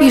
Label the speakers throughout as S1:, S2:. S1: You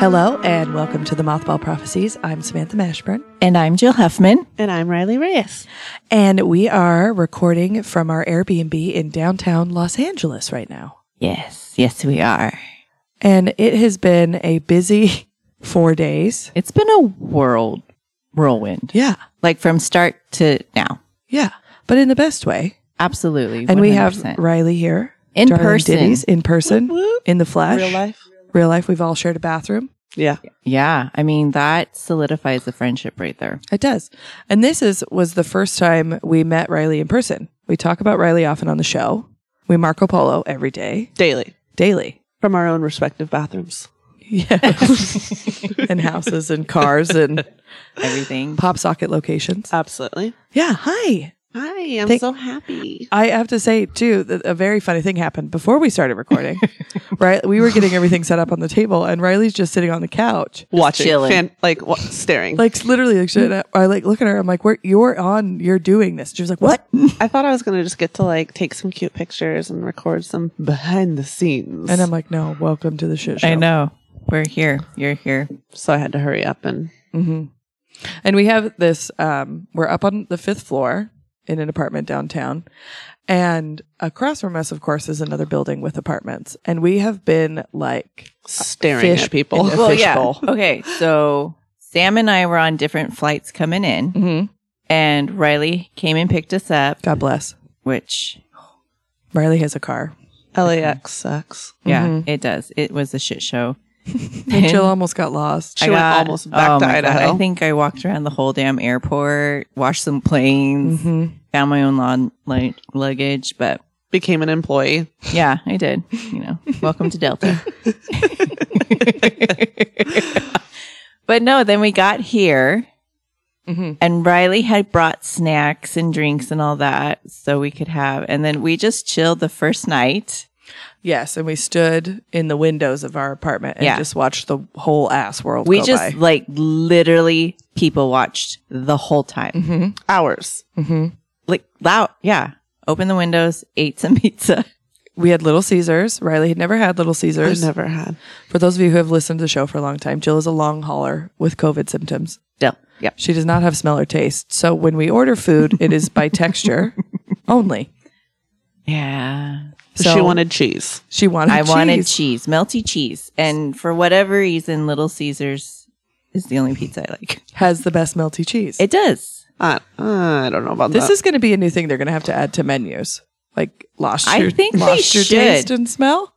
S2: Hello and welcome to the Mothball Prophecies. I'm Samantha Mashburn
S3: And I'm Jill Huffman.
S4: And I'm Riley Reyes.
S2: and we are recording from our Airbnb in downtown Los Angeles right now.
S3: Yes, yes, we are.
S2: And it has been a busy four days.
S3: It's been a world whirlwind,
S2: Yeah.
S3: like from start to now.
S2: Yeah. But in the best way.
S3: Absolutely.
S2: And we
S3: 100%.
S2: have Riley here
S3: In
S2: Darling
S3: person.
S2: Ditties, in person, in the flesh,
S4: Real life.
S2: Real life. We've all shared a bathroom.
S4: Yeah.
S3: yeah. I mean, that solidifies the friendship right there.
S2: It does. And this is was the first time we met Riley in person. We talk about Riley often on the show. We Marco Polo every day,
S4: Daily.
S2: daily.
S4: From our own respective bathrooms.
S2: Yes. and houses and cars and
S3: Everything.
S2: pop socket locations.
S4: Uh, Absolutely.
S2: Yeah. Hi.
S4: Hi, I'm
S2: Thank-
S4: so happy.
S2: I have to say too that a very funny thing happened before we started recording. right, we were getting everything set up on the table, and Riley's just sitting on the couch,
S4: Watching.
S3: chilling.
S4: Fan- like wa- staring.
S2: like literally. Like, shit, I like look at her. I'm like, "Where you're on? You're doing this?" She was like, "What?"
S4: I thought I was going to just get to like take some cute pictures and record some behind the scenes.
S2: And I'm like, "No, welcome to the shit show."
S3: I know. We're here. You're here.
S4: so I had to hurry up and
S2: hmm And we have this, um, we're up on the fifth floor in an apartment downtown. And across from us, of course, is another building with apartments. And we have been like,
S4: staring
S2: Fish
S4: at people.
S2: in the- Well, yeah. fishbowl.
S3: Oh, Okay. So Sam and I were on different flights coming in, and Riley came and picked us up,
S2: God bless.
S3: which,
S2: Riley has a car.
S4: LAX sucks.
S3: yeah, it does. It was a shit show.
S2: And Jill almost got lost.
S4: She went almost back to
S3: oh my God.
S4: Idaho.
S3: I think I walked around the whole damn airport, washed some planes,
S4: Mm-hmm.
S3: found my own lawn, like, luggage. But
S4: Became an employee.
S3: yeah, I did. You know, welcome to Delta. but no, then we got here,
S4: Mm-hmm.
S3: and Riley had brought snacks and drinks and all that, so we could have. And then we just chilled the first night.
S2: Yes. And we stood in the windows of our apartment and
S3: Yeah.
S2: just watched the whole ass world.
S3: We
S2: go
S3: just
S2: by.
S3: like literally people watched the whole time.
S4: Hours.
S3: like loud. Yeah. Opened the windows, ate some pizza.
S2: we had Little Caesars. Riley had never had Little
S4: I
S2: Caesars.
S4: never had.
S2: For those of you who have listened to the show for a long time, Jill is a long hauler with COVID symptoms.
S3: Still. Yep.
S2: She does not have smell or taste. So when we order food, it is by texture only.
S3: Yeah.
S2: So
S4: she wanted cheese.
S2: She wanted.
S3: I
S2: cheese.
S3: wanted cheese, melty cheese. And for whatever reason, Little Caesars is the only pizza I like.
S2: has the best melty cheese.
S3: It does.
S4: I, I don't know about
S2: this
S4: that.
S2: is going to be a new thing they're going to have to add to menus. Like lost.
S3: I
S2: your,
S3: think they
S2: lost your
S3: should.
S2: taste and smell.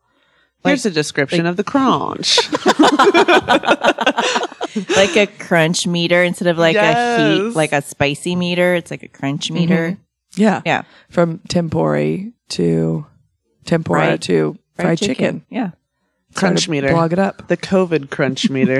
S4: Here's a description of the crunch.
S3: Like a crunch meter instead of like a heat,
S4: Yes.
S3: like a spicy meter. It's like a
S2: Mm-hmm.
S3: crunch meter.
S2: Yeah.
S3: Yeah.
S2: From tempori to tempura
S3: Fried-
S2: to fried, chicken.
S3: Yeah.
S4: crunch
S2: Started-
S4: meter.
S2: Blog it up.
S4: The COVID crunch meter.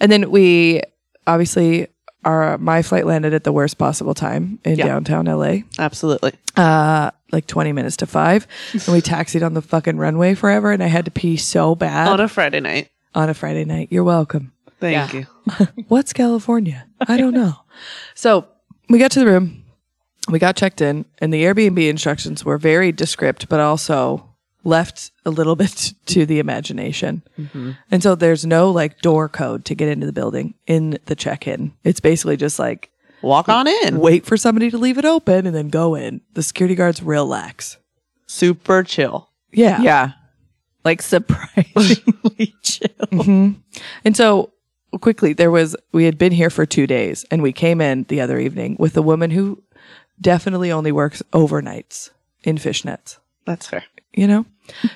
S2: And then we obviously our my flight landed at the worst possible time in
S4: Yeah.
S2: downtown LA.
S4: Absolutely.
S2: uh like 20 minutes to 5 and we taxied on the fucking runway forever and I had to pee so bad
S4: On a Friday night.
S2: on a Friday night. You're welcome.
S4: Thank you.
S2: What's California? I don't know. So, we got to the room. We got checked in and the Airbnb instructions were very descript but also left a little bit to the imagination. And so there's no like door code to get into the building in the check-in. It's basically just like
S4: Walk on in.
S2: wait for somebody to leave it open and then go in. The security guards real lax.
S4: Super chill.
S2: Yeah.
S3: Yeah. Like surprisingly chill.
S2: And so quickly, there was, we had been here for two days and we came in the other evening with a woman who definitely only works overnights in fishnets,
S4: That's fair.
S2: you know?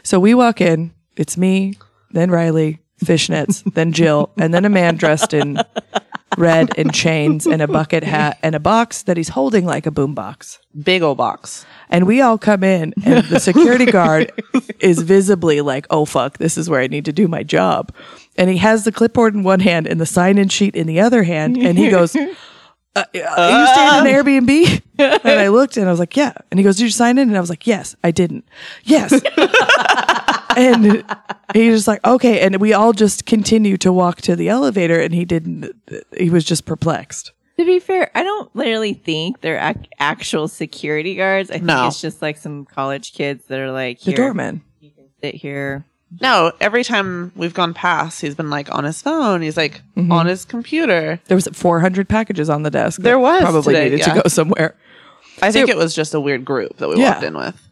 S2: so we walk in, it's me, then Riley, fishnets, then Jill, and then a man dressed in red and chains and a bucket hat and a box that he's holding like a boombox.
S4: Big old box.
S2: And we all come in, and the security guard is visibly like, oh, fuck, this is where I need to do my job. And he has the clipboard in one hand and the sign in sheet in the other hand. And he goes, uh, uh, you stayed in an Airbnb? and I looked and I was like, yeah. And he goes, did you sign in? And I was like, yes, I didn't. Yes. and he's just like, okay. And we all just continued to walk to the elevator and he didn't, he was just perplexed.
S3: To be fair, I don't really think they're ac- actual security guards. I think
S4: No.
S3: it's just like some college kids that are like,
S2: The
S3: here,
S2: doorman.
S3: you can sit here.
S4: No, every time we've gone past, he's been like on his phone. He's like on his computer.
S2: There was 400 packages on the desk. that
S4: There was
S2: Probably
S4: today,
S2: needed
S4: yeah.
S2: to go somewhere.
S4: I think it was just a weird group that we
S2: Yeah.
S4: walked in with.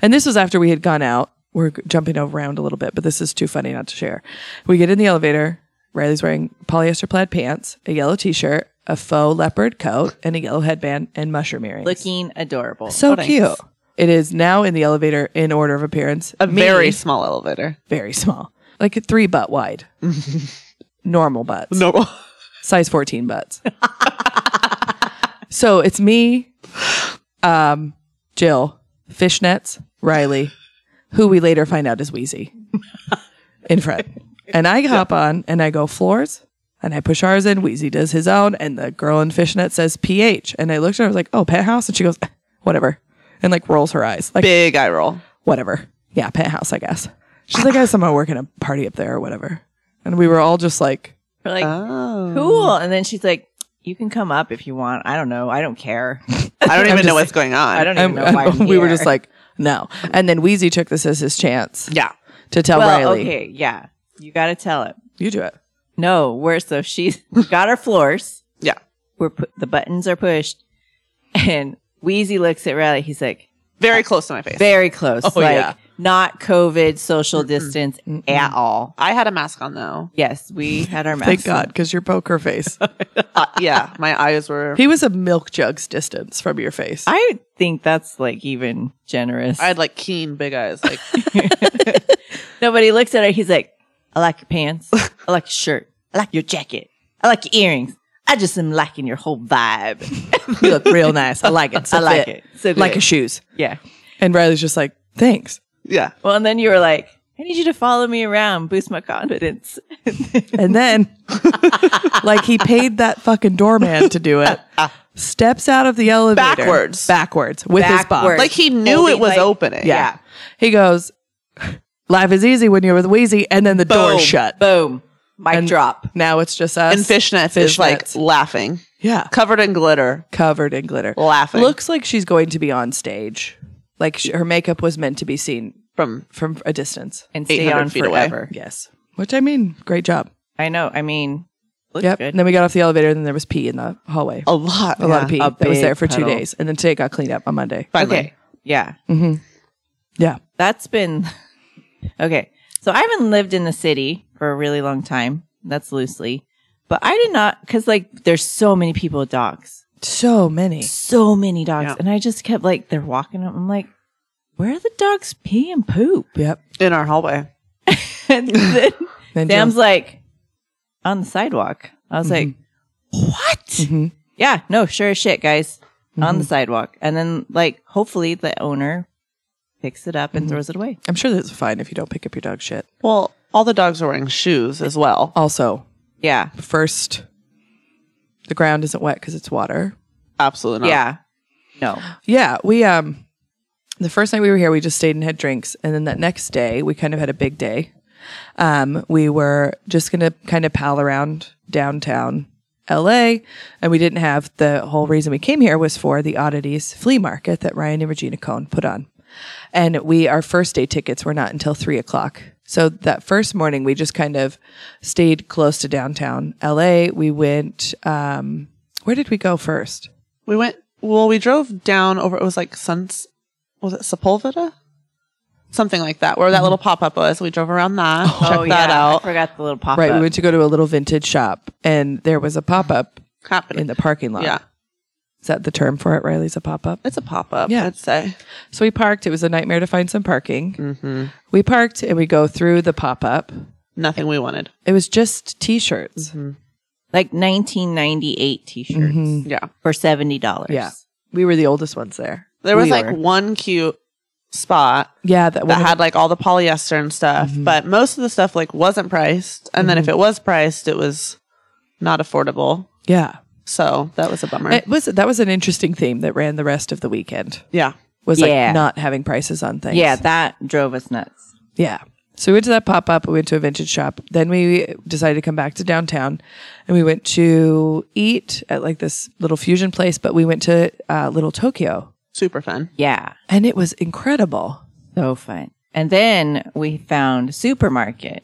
S2: And this was after we had gone out. We're g- jumping around a little bit, but this is too funny not to share. We get in the elevator. Riley's wearing polyester plaid pants, a yellow t-shirt, a faux leopard coat, and a yellow headband and mushroom earrings.
S3: Looking adorable.
S2: so
S4: Oh, thanks.
S2: cute. It is now in the elevator in order of appearance.
S4: A
S2: Me,
S4: very small elevator.
S2: very small, like three butt wide, normal butts,
S4: No.
S2: size fourteen butts. so it's me, um, Jill, fishnets, Riley, who we later find out is Wheezy, in front, and I hop on and I go floors. And I push ours in. Wheezy does his own, and the girl in fishnet says "ph." And I looked at her. I was like, "Oh, penthouse," and she goes, "Whatever," and like rolls her eyes. Like
S4: Big eye roll.
S2: whatever. Yeah, penthouse, I guess. She's like, I somehow work in a party up there or whatever. And we were all just like,
S3: We're like,
S4: Oh.
S3: cool.
S2: Mm-hmm.
S3: And then she's like, you can come up if you want. I don't know. I don't care.
S4: I don't even
S2: just
S4: know what's going on.
S3: I don't even
S2: I'm-
S3: know why. I'm
S2: we were
S3: here.
S2: just like, no. And then Wheezy took this as his chance
S4: Yeah.
S2: to tell
S3: well,
S2: Riley,
S3: okay, yeah. You got to tell it.
S2: you do it.
S3: No, we're so she's got her floors.
S4: Yeah.
S3: We're pu- the buttons are pushed, and Wheezy looks at Riley. He's like
S4: Very close to my face.
S3: very close,
S2: Oh,
S3: like
S2: yeah.
S3: not COVID social distance at all.
S4: I had a mask on though.
S3: Yes, we had our mask.
S2: Thank God, because your poker face.
S4: Uh, yeah. My eyes were.
S2: he was a milk jug's distance from your face.
S3: I think that's like even generous.
S4: I had like keen big eyes. Like,
S3: Nobody looks at her. He's like, I like your pants. I like your shirt. I like your jacket. I like your earrings. I just am liking your whole vibe.
S2: you look real nice. I like it.
S3: I like it. So
S2: Like
S3: good.
S2: his shoes.
S3: yeah.
S2: And Riley's just like, thanks.
S4: yeah.
S3: Well, and then you were like, I need you to follow me around, boost my confidence.
S2: And then, like, he paid that fucking doorman to do it. Steps out of the elevator
S4: Backwards.
S2: backwards with his box.
S3: Backwards.
S4: Like he knew
S3: Holding,
S4: it was
S3: like-
S4: opening.
S2: Yeah. He goes, Life is easy when you're with Wheezy, and then the door
S4: Boom.
S2: is shut.
S3: Boom. Mic
S2: And
S3: drop.
S2: Now it's just us.
S4: And fishnets, is like
S2: Fishnets.
S4: laughing,
S2: yeah.
S4: covered in glitter,
S2: Covered in glitter.
S4: laughing.
S2: Looks like she's going to be on stage. Like sh- her makeup was meant to be seen
S4: from
S2: from a distance.
S3: And stay
S4: 800
S3: on
S4: feet away.
S3: forever.
S2: Yes. Which I mean, great job.
S3: I know. I mean, looks
S2: yep.
S3: good.
S2: And then we got off the elevator, and then there was pee in the hallway.
S4: a lot.
S2: a lot of pee
S3: a
S2: that was
S3: big
S2: there for
S3: puddle.
S2: two days. And then today it got cleaned up on Monday.
S4: Finally.
S3: okay. Yeah.
S2: Yeah.
S3: That's been okay. So I haven't lived in the city for a really long time. That's loosely. But I did not, because like there's so many people with dogs,
S2: So many.
S3: so many dogs.
S4: Yeah.
S3: And I just kept like, they're walking up. I'm like, where are the dogs pee and poop?
S2: Yep.
S4: In our hallway.
S3: and then
S2: Then
S3: Sam's like, on the sidewalk. I was like, what? Yeah, no, sure as shit, guys. On the sidewalk. And then, like, hopefully the owner picks it up and throws it away.
S2: I'm sure that's fine if you don't pick up your dog shit.
S4: Well, all the dogs are wearing shoes as well.
S2: Also,
S3: Yeah.
S2: first the ground isn't wet because it's water
S4: Absolutely not.
S3: Yeah. No.
S2: yeah we um the first night we were here we just stayed and had drinks and then that next day we kind of had a big day um we were just gonna kind of pal around downtown la and we didn't have the whole reason we came here was for the oddities flea market that ryan and regina cohn put on and we our first day tickets were not until three o'clock so that first morning we just kind of stayed close to downtown la we went um where did we go first
S4: We went, well, we drove down over, it was like Suns, was it Sepulveda? Something like that, where that
S2: Mm-hmm.
S4: little pop up was. We drove around that,
S2: Oh,
S4: checked that
S3: I
S4: out.
S3: forgot the little pop
S2: Right.
S3: up.
S2: We went to go to a little vintage shop and there was a pop up in
S4: Happening.
S2: the parking lot.
S4: yeah.
S2: Is that the term for it, Riley's a pop up?
S4: It's a pop up,
S2: Yeah.
S4: I'd say.
S2: So we parked. It was a nightmare to find some parking. We parked and we go through the pop up.
S4: Nothing we wanted.
S2: It was just t shirts.
S3: like 1998 t shirts
S4: Yeah.
S3: for $70.
S2: Yeah. We were the oldest ones there.
S4: There was
S3: We
S4: like
S3: were.
S4: one cute spot
S2: Yeah. That,
S4: that
S2: one
S4: had like all the polyester and stuff, but most of the stuff like wasn't priced. And then if it was priced, it was not affordable.
S2: yeah.
S4: So that was a bummer.
S2: It was that was an interesting theme that ran the rest of the weekend.
S4: yeah.
S2: Was
S3: Yeah.
S2: like not having prices on things.
S3: Yeah, that drove us nuts.
S2: Yeah. So we went to that pop up. We went to a vintage shop. Then we decided to come back to downtown, and we went to eat at like this little fusion place. But we went to uh, Little Tokyo,
S4: Super fun.
S3: Yeah,
S2: and it was incredible.
S3: so fun. And then we found supermarket,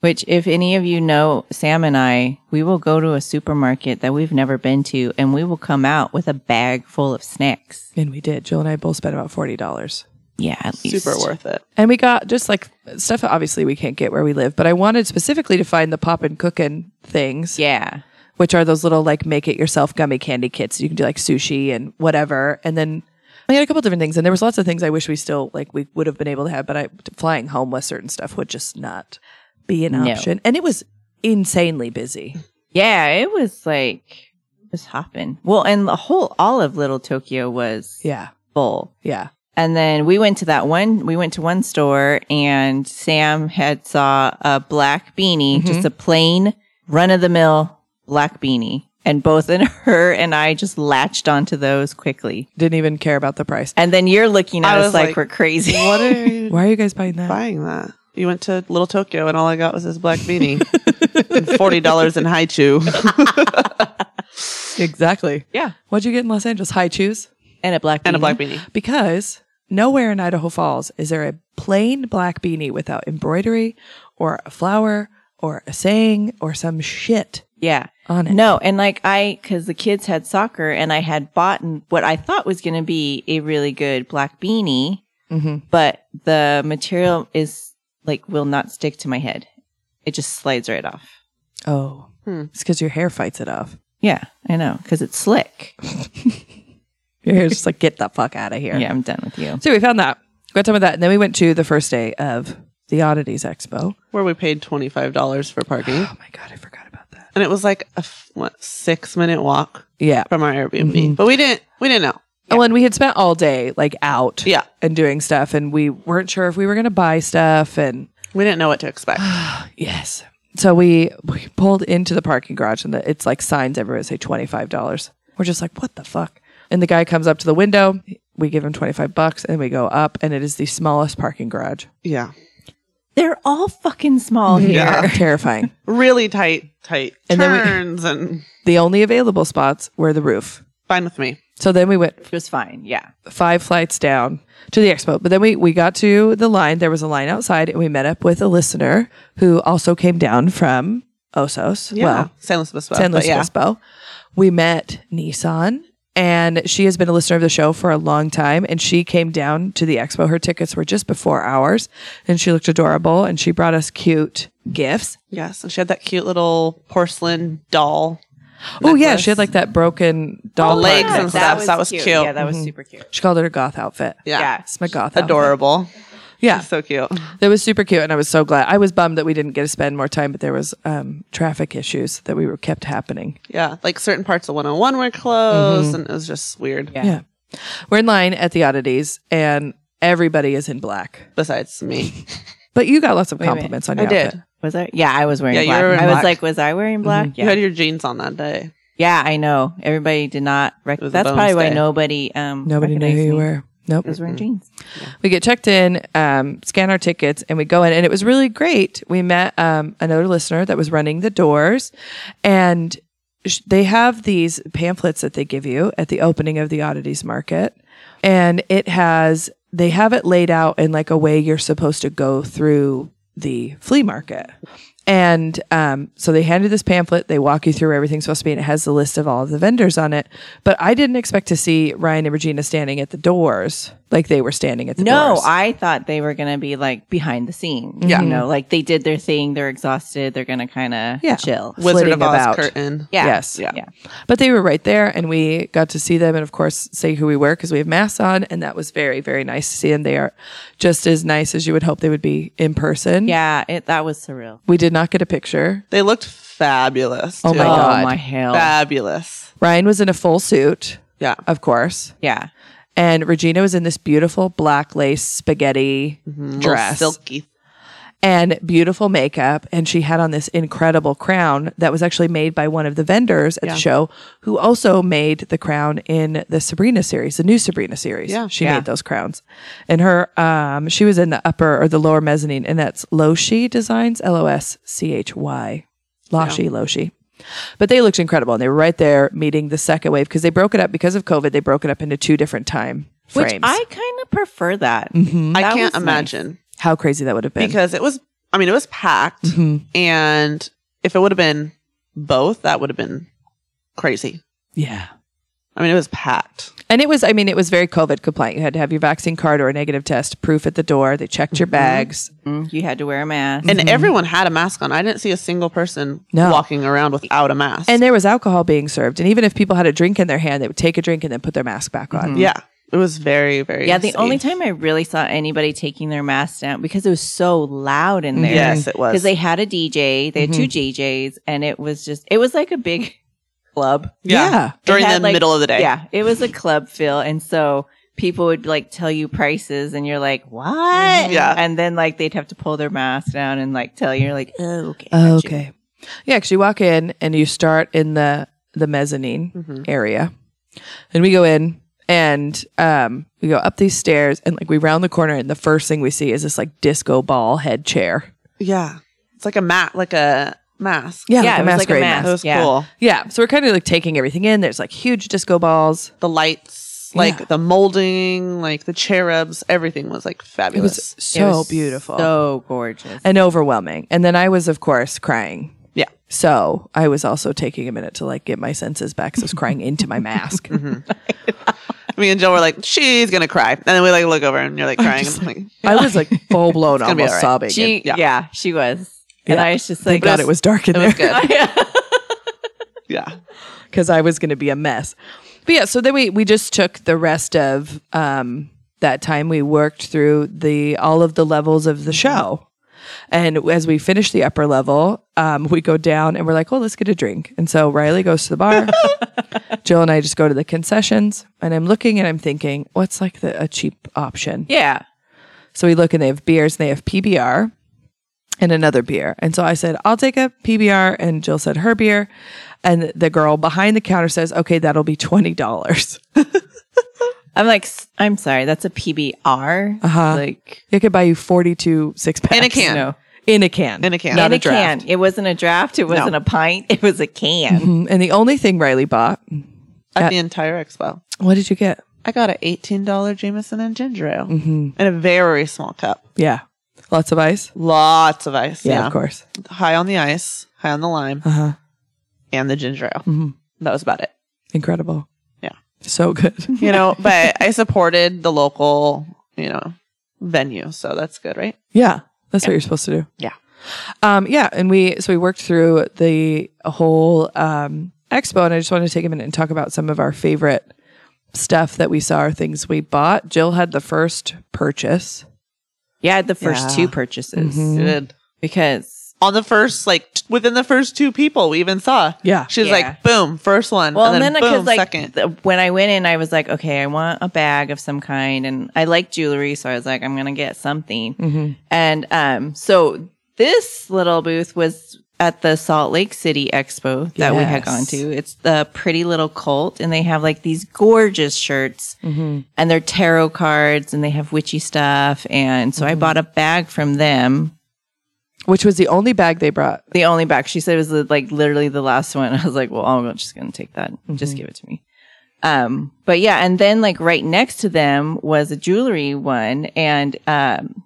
S3: which if any of you know Sam and I, we will go to a supermarket that we've never been to, and we will come out with a bag full of snacks.
S2: And we did. Jill and I both spent about forty dollars,
S3: Yeah, at least.
S4: Super worth it.
S2: and we got just like stuff. that Obviously, we can't get where we live, but I wanted specifically to find the pop and cookin' things.
S3: Yeah,
S2: which are those little like make it yourself gummy candy kits. You can do like sushi and whatever. And then I had a couple different things, and there was lots of things I wish we still like we would have been able to have, but I flying home with certain stuff would just not be an
S3: No.
S2: option. And it was insanely busy.
S3: yeah, it was like just hopping. Well, and the whole all of Little Tokyo was
S2: Yeah,
S3: full.
S2: yeah,
S3: And then we went to that one, we went to one store and Sam had saw a black beanie,
S4: Mm-hmm.
S3: just a plain run of the mill black beanie. And both and her and I just latched onto those quickly.
S2: didn't even care about the price.
S3: And then you're looking at
S4: I
S3: us
S4: was
S3: like,
S4: like,
S3: we're crazy.
S4: What are you
S2: Why are you guys buying that?
S4: buying that? You went to Little Tokyo and all I got was this black beanie and forty dollars in Haichu
S2: Exactly.
S3: Yeah.
S2: What'd you get in Los Angeles? High chews
S3: And a black beanie.
S4: and a black beanie.
S2: because. Nowhere in Idaho Falls is there a plain black beanie without embroidery or a flower or a saying or some shit
S3: Yeah.
S2: on it.
S3: No, and like I, because the kids had soccer, and I had bought what I thought was going to be a really good black beanie,
S2: Mm-hmm.
S3: but the material is like will not stick to my head. It just slides right off.
S2: Oh, it's because your hair fights it off.
S3: Yeah, I know, because it's slick.
S2: Your hair's just like, get the fuck out of here.
S3: Yeah, I'm done with you.
S2: So we found that. Got time with that. And then we went to the first day of the Oddities Expo.
S4: Where we paid twenty five dollars for parking.
S2: Oh my God, I forgot about that.
S4: And it was like a f- what, six minute walk
S2: Yeah.
S4: from our Airbnb. But we didn't we didn't know.
S2: Well, and we had spent all day like out
S4: Yeah.
S2: and doing stuff, and we weren't sure if we were going to buy stuff. And
S4: We didn't know what to expect.
S2: yes. So we, we pulled into the parking garage, and the, it's like signs everywhere that say $25. We're just like, what the fuck? And the guy comes up to the window. We give him 25 bucks, and we go up, and it is the smallest parking garage.
S4: yeah.
S3: They're all fucking small here.
S4: Yeah.
S2: Terrifying.
S4: Really tight, tight
S2: And then we-
S4: turns and
S2: The only available spots were the roof.
S4: fine with me.
S2: So then we went
S3: It was fine. Yeah.
S2: five flights down to the expo. But then we, we got to the line. There was a line outside, and we met up with a listener who also came down from Osos.
S4: Yeah.
S2: Well,
S4: San Luis Obispo.
S2: San
S4: but
S2: Luis
S4: yeah.
S2: Obispo. We met Nissan, and she has been a listener of the show for a long time. And she came down to the expo. Her tickets were just before ours, and she looked adorable. And she brought us cute gifts.
S4: Yes, and she had that cute little porcelain doll.
S2: Oh yeah, she had like that broken doll. part
S4: Oh, legs and
S2: necklace.
S4: stuff. That was cute.
S3: Yeah, that was super cute. Mm-hmm.
S2: She called it her goth outfit.
S4: Yeah.
S3: Yeah.
S2: It's my goth. outfit.
S4: Adorable.
S2: Yeah.
S4: So cute.
S2: That was super cute. And I was so glad. I was bummed that we didn't get to spend more time, but there was um, traffic issues that we were kept happening.
S4: Yeah. Like certain parts of 101 were closed and it was just weird.
S3: Yeah.
S2: Mm-hmm. Yeah. We're in line at the oddities and everybody is in black.
S4: Besides me.
S2: But you got lots of
S3: a minute.
S2: compliments on
S4: I
S2: your
S4: did.
S2: outfit.
S3: Was I? Yeah, I was wearing
S4: Yeah, you
S3: black.
S4: were wearing
S3: I was
S4: black. Mm-hmm.
S3: like, was I wearing black? Yeah.
S4: You had your jeans on that day.
S3: Yeah, I know. Everybody did not recognize.
S4: was a
S3: That's
S4: bonus
S3: probably why
S4: day.
S3: nobody um
S2: Nobody knew
S3: recognized
S2: who you
S3: me.
S2: were. Nope.
S3: I was wearing jeans.
S2: We get checked in, um, scan our tickets, and we go in. And it was really great. We met um, another listener that was running the doors, and sh- they have these pamphlets that they give you at the opening of the oddities market, and it has they have it laid out in like a way you're supposed to go through the flea market. And um, so they handed this pamphlet. They walk you through where everything's supposed to be, and it has the list of all of the vendors on it. But I didn't expect to see Ryan and Regina standing at the doors like they were standing at the
S3: No,
S2: doors.
S3: I thought they were gonna be like behind the scenes.
S2: Yeah.
S3: You know, like they did their thing, they're exhausted, they're gonna kinda
S2: Yeah.
S3: chill.
S4: Wizard
S2: Flitting
S4: of Oz
S2: about.
S4: curtain.
S3: Yeah.
S2: Yes.
S3: Yeah.
S4: Yeah.
S2: But they were right there, and we got to see them, and of course, say who we were because we have masks on, and that was very, very nice to see them. They are just as nice as you would hope they would be in person.
S3: Yeah, it that was surreal.
S2: We did not get a picture.
S4: They looked fabulous.
S2: Oh
S4: too.
S2: my
S3: oh
S2: God.
S3: my hell.
S4: Fabulous.
S2: Ryan was in a full suit,
S4: Yeah.
S2: of course,
S3: yeah. Mm-hmm.
S2: and Regina was in this beautiful black lace spaghetti
S4: Little
S2: dress.
S4: Silky
S2: and beautiful makeup. And she had on this incredible crown that was actually made by one of the vendors at
S4: Yeah.
S2: the show who also made the crown in the Sabrina series, the new Sabrina series.
S4: Yeah.
S2: She
S3: Yeah.
S2: made those crowns. And her, um, she was in the upper or the lower mezzanine, and that's Loshi Designs, L O S C H Y. Loshi, Loshi. But they looked incredible, and they were right there meeting the second wave because they broke it up because of COVID. They broke it up into two different time
S3: Which
S2: frames.
S3: I kind of prefer that.
S4: I
S2: Mm.
S3: That
S4: can't
S3: was nice.
S4: imagine
S2: How crazy that would have been!
S4: because it was. I mean, it was packed,
S2: Mhm.
S4: and if it would have been both, that would have been crazy.
S2: yeah,
S4: I mean, it was packed.
S2: and it was. I mean, it was very COVID compliant. You had to have your vaccine card or a negative test proof at the door. They checked
S3: Mm-hmm.
S2: your bags.
S3: Mm, You had to wear a mask.
S4: Mm-hmm. And everyone had a mask on. I didn't see a single person
S2: Mm-hmm. No.
S4: walking around without a mask.
S2: And there was alcohol being served, and even if people had a drink in their hand, they would take a drink and then put their mask back
S3: Mm-hmm.
S2: on.
S4: yeah, it was very, very.
S3: yeah, the
S4: safe.
S3: only time I really saw anybody taking their mask down because it was so loud in there.
S4: Mm-hmm. Yes, it was. Mm-hmm.
S3: Because they had a DJ, they had two DJs, and it was just, it was like a big club.
S4: yeah,
S2: Yeah.
S4: during
S3: It
S4: the
S3: had, like-
S4: middle of the day.
S3: Yeah, it was a club feel. And so people would like tell you prices and you're like, what?
S4: Mm-hmm. Yeah.
S3: And then like they'd have to pull their mask down and like tell you, you're like, oh, okay.
S2: Oh,
S3: got you."
S2: okay. Yeah, because you walk in and you start in the the mezzanine
S3: Mm-hmm.
S2: area, and we go in and um we go up these stairs and like we round the corner and the first thing we see is this like disco ball head chair.
S4: yeah. It's like a mat, like a mask.
S2: Yeah,
S3: Yeah,
S2: like a
S3: it was like a
S2: masquerade
S3: mask.
S4: It was
S3: Yeah.
S4: cool.
S2: Yeah, so we're kind of like taking everything in. There's like huge disco balls.
S4: The lights, like
S2: Yeah.
S4: the molding, like the cherubs, everything was like
S2: It
S4: fabulous.
S2: was
S3: It
S2: so
S4: Oh,
S3: was
S2: beautiful
S3: So gorgeous.
S2: and overwhelming. And then I was of course crying.
S4: Yeah.
S2: So I was also taking a minute to like get my senses back. So I was crying into my mask.
S4: Mm-hmm. Me and Jill were like, she's gonna cry, and then we like look over and you're like crying. I'm like,
S2: I was like full blown,
S4: gonna be
S2: almost
S4: all
S2: sobbing.
S4: right.
S3: She,
S4: Yeah.
S3: yeah. she was. And
S2: Yeah.
S3: I was just
S2: Thank
S3: like,
S2: God it was dark in
S4: it
S2: there.
S4: was good.
S3: yeah.
S4: Yeah,
S2: because I was going to be a mess. But yeah, so then we we just took the rest of um, that time. We worked through the all of the levels of the show, and as we finish the upper level, um, we go down and we're like, "Well, let's get a drink." And so Riley goes to the bar. Jill and I just go to the concessions, and I'm looking and I'm thinking, "What's like the, a cheap option?"
S3: yeah.
S2: So we look and they have beers and they have PBR and another beer. And so I said, I'll take a PBR. And Jill said her beer. And the girl behind the counter says, okay, that'll be $20.
S3: I'm like, "S- I'm sorry, that's a PBR.
S2: Uh-huh.
S3: Like,
S2: It could buy you 42 six packs.
S4: In a can.
S2: No. In a can.
S4: In a can.
S2: Not
S3: in
S2: a,
S3: a,
S2: draft.
S3: can. It wasn't a draft. It wasn't a pint. It was a can.
S2: Mm, And the only thing Riley bought, Uh,
S4: at the entire expo,
S2: what did you get? Mm-hmm.
S4: I got an eighteen dollar Jameson and ginger ale
S2: Mm.
S4: in a very small cup.
S2: Yeah. Lots of ice?
S4: Lots of ice.
S2: Yeah,
S4: Yeah,
S2: of course.
S4: high on the ice, high on the lime,
S2: Uh huh.
S4: and the ginger ale.
S2: Mhm.
S4: That was about it.
S2: Incredible.
S4: Yeah.
S2: So good.
S4: You know, but I supported the local, you know, venue, so that's good, right?
S2: Yeah. That's what you're supposed to do.
S4: Yeah.
S2: Um, yeah. And we, so we worked through the whole um, expo, and I just wanted to take a minute and talk about some of our favorite stuff that we saw or things we bought. Jill had the first purchase.
S3: Yeah, I had the first
S4: Yeah.
S3: two purchases
S2: Mm-hmm.
S4: Good.
S3: because
S4: On the first, like t- within the first two people we even saw,
S2: Yeah.
S4: she was
S3: Yeah.
S4: like, boom, first one,
S3: well,
S4: and then, boom,
S3: because like
S4: second.
S3: th- when I went in, I was like, okay, I want a bag of some kind, and I like jewelry, so I was like, I'm gonna get something.
S4: Mm-hmm.
S3: And um, so this little booth was at the Salt Lake City Expo that we
S2: Yes.
S3: had gone to. It's the Pretty Little Cult, and they have like these gorgeous shirts,
S4: Mm-hmm.
S3: and their tarot cards, and they have witchy stuff. And
S4: Mm-hmm.
S3: so I bought a bag from them.
S2: Which was the only bag they brought.
S3: the only back. She said it was like literally the last one. I was like, well, I'm just going to take that. Just give it to me. Um, but yeah. And then like right next to them was a jewelry one. And, um,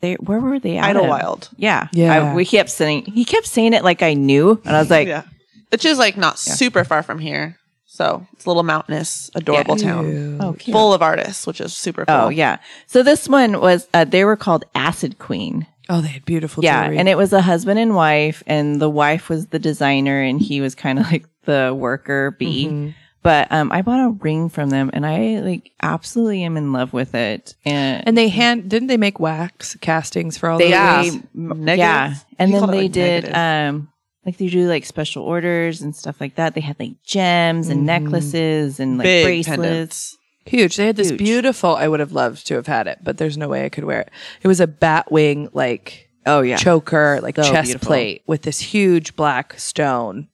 S3: they, where were they? out of?
S4: Idlewild.
S3: Yeah.
S2: Yeah.
S3: I, we kept saying, he kept saying it like I knew. And I was like,
S4: yeah. It's just like not super far from here. So it's a little mountainous, adorable town.
S2: Ew.
S3: oh, cute.
S4: Full of artists, which is super cool.
S3: oh yeah. So this one was, uh, they were called Acid Queen.
S2: Oh, they had beautiful
S3: Yeah.
S2: jewelry.
S3: And it was a husband and wife, and the wife was the designer, and he was kind of like the worker bee.
S4: Mm-hmm.
S3: But um, I bought a ring from them, and I like absolutely am in love with it. And,
S2: and they hand, didn't they make wax castings for all
S3: they,
S2: the
S4: yeah.
S3: they-
S4: Negative.
S3: yeah. And
S4: He
S3: then
S4: called it,
S3: they
S4: like,
S3: did
S4: negative.
S3: um, like they do like special orders and stuff like that. They had like gems and necklaces and like
S4: Mm-hmm. Big
S3: bracelets.
S4: pendants.
S2: Huge. They had this
S3: Huge.
S2: beautiful, I would have loved to have had it, but there's no way I could wear it. It was a bat wing, like,
S3: Oh yeah.
S2: choker, like
S3: So
S2: chest
S3: beautiful.
S2: plate with this huge black stone.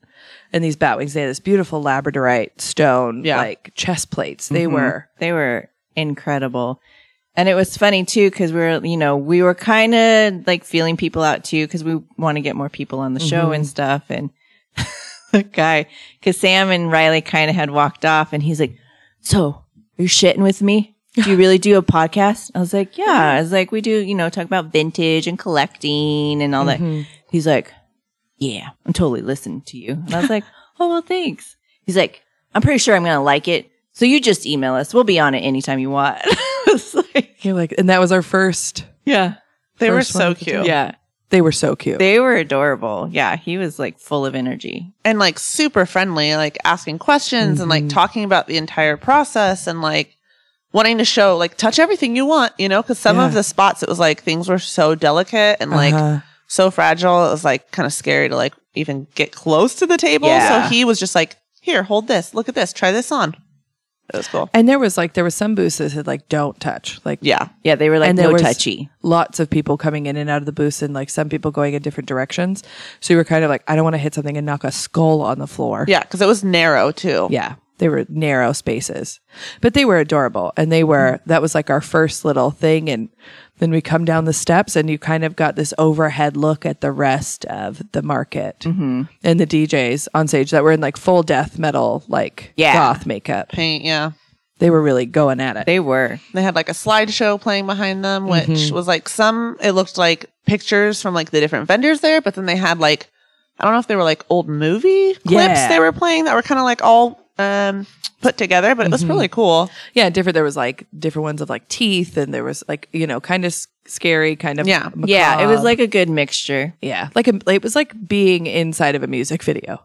S2: And these bat wings, they had this beautiful labradorite stone,
S4: Yeah.
S2: like chest plates. They
S3: Mhm.
S2: were
S3: They were incredible. And it was funny too because we were, you know, we were kind of like feeling people out too because we want to get more people on the show and stuff. And the guy, because Sam and Riley kind of had walked off and he's like, So you're shitting with me? Do you really do a podcast? I was like, Yeah. I was like, We do, you know, talk about vintage and collecting and all that. He's like, Yeah, I'm totally listening to you. And I was like, Oh, well, thanks. He's like, I'm pretty sure I'm going to like it. So you just email us. We'll be on it anytime you want. It's like,
S2: you're like and that was our first
S3: yeah.
S4: They were
S2: First one
S4: so
S2: at the
S4: cute.
S3: Yeah.
S2: they were so cute.
S3: They were adorable. Yeah. He was like full of energy.
S4: and like super friendly, like asking questions and like talking about the entire process and like wanting to show like touch everything you want, you know, because some of
S2: Yeah.
S4: the spots it was like things were so delicate and like
S2: Uh-huh.
S4: so fragile. It was like kind of scary to like even get close to the table.
S3: Yeah.
S4: So he was just like, here, hold this, look at this, try this on. It was cool.
S2: and there was like there was some booths that said like don't touch. Like
S4: Yeah.
S3: Yeah. They were like
S2: And there
S3: no
S2: was-
S3: touchy.
S2: lots of people coming in and out of the booths and like some people going in different directions. So you were kind of like, I don't want to hit something and knock a skull on the floor.
S4: Yeah. Cause it was narrow too.
S2: Yeah. They were narrow spaces, but they were adorable. And they were,
S3: Mm-hmm.
S2: that was like our first little thing. And then we come down the steps and you kind of got this overhead look at the rest of the market
S3: Mm-hmm.
S2: and the DJs on stage that were in like full death metal, like
S3: Yeah.
S2: goth makeup.
S4: Paint. Yeah.
S2: They were really going at it.
S3: They were.
S4: They had like a slideshow playing behind them, which
S2: Mm-hmm.
S4: was like some, it looked like pictures from like the different vendors there, but then they had like, I don't know if they were like old movie clips
S2: Yeah.
S4: they were playing that were kind of like all um, put together, but it was
S2: Mm-hmm.
S4: really cool.
S2: yeah, different. There was like different ones of like teeth and there was like, you know, kind of s- scary, kind of.
S4: Yeah.
S3: Yeah. It was
S2: macabre.
S3: like a good mixture.
S2: yeah, like a, it was like being inside of a music video.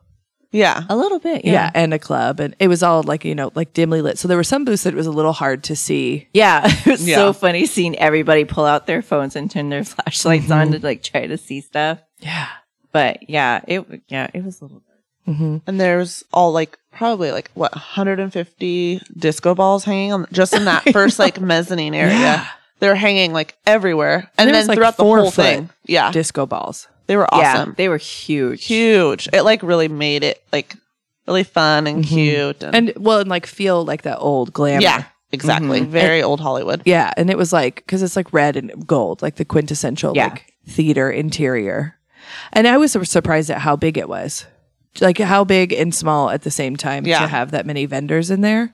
S4: Yeah.
S3: A little bit.
S2: yeah.
S3: Yeah.
S2: and a club and it was all like you know like dimly lit so there were some booths that it was a little hard to see
S3: Yeah. It was
S4: Yeah.
S3: so funny seeing everybody pull out their phones and turn their flashlights on to like try to see stuff.
S2: yeah
S3: But yeah, it, yeah, it was a little
S2: Mm-hmm.
S4: And there's all like probably like what 150 disco balls hanging on just in that first like mezzanine area. They're hanging like everywhere, and,
S2: there
S4: then
S2: was, like,
S4: throughout the
S2: four
S4: whole
S2: foot
S4: thing. Yeah,
S2: disco balls
S4: they were
S3: Yeah.
S4: awesome,
S3: They were huge.
S4: huge. It like really made it like really fun and cute, and,
S2: Mm-hmm. and well and like feel like that old glamour
S4: yeah, exactly,
S2: Mm-hmm.
S4: very old Hollywood.
S2: yeah and it was like because it's like red and gold like the quintessential
S3: Yeah.
S2: like theater interior and i was sur- surprised at how big it was like how big and small at the same time
S4: Yeah.
S2: to have that many vendors in there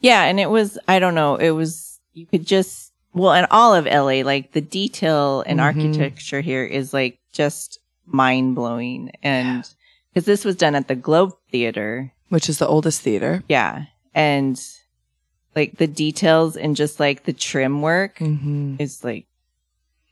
S3: Yeah, and it was I don't know, it was you could just well, in all of LA, like the detail and
S2: Mhm.
S3: architecture here is like just mind blowing, and because this was done at the Globe Theater,
S2: which is the oldest theater
S3: yeah, and like the details and just like the trim work
S2: mm-hmm.
S3: is like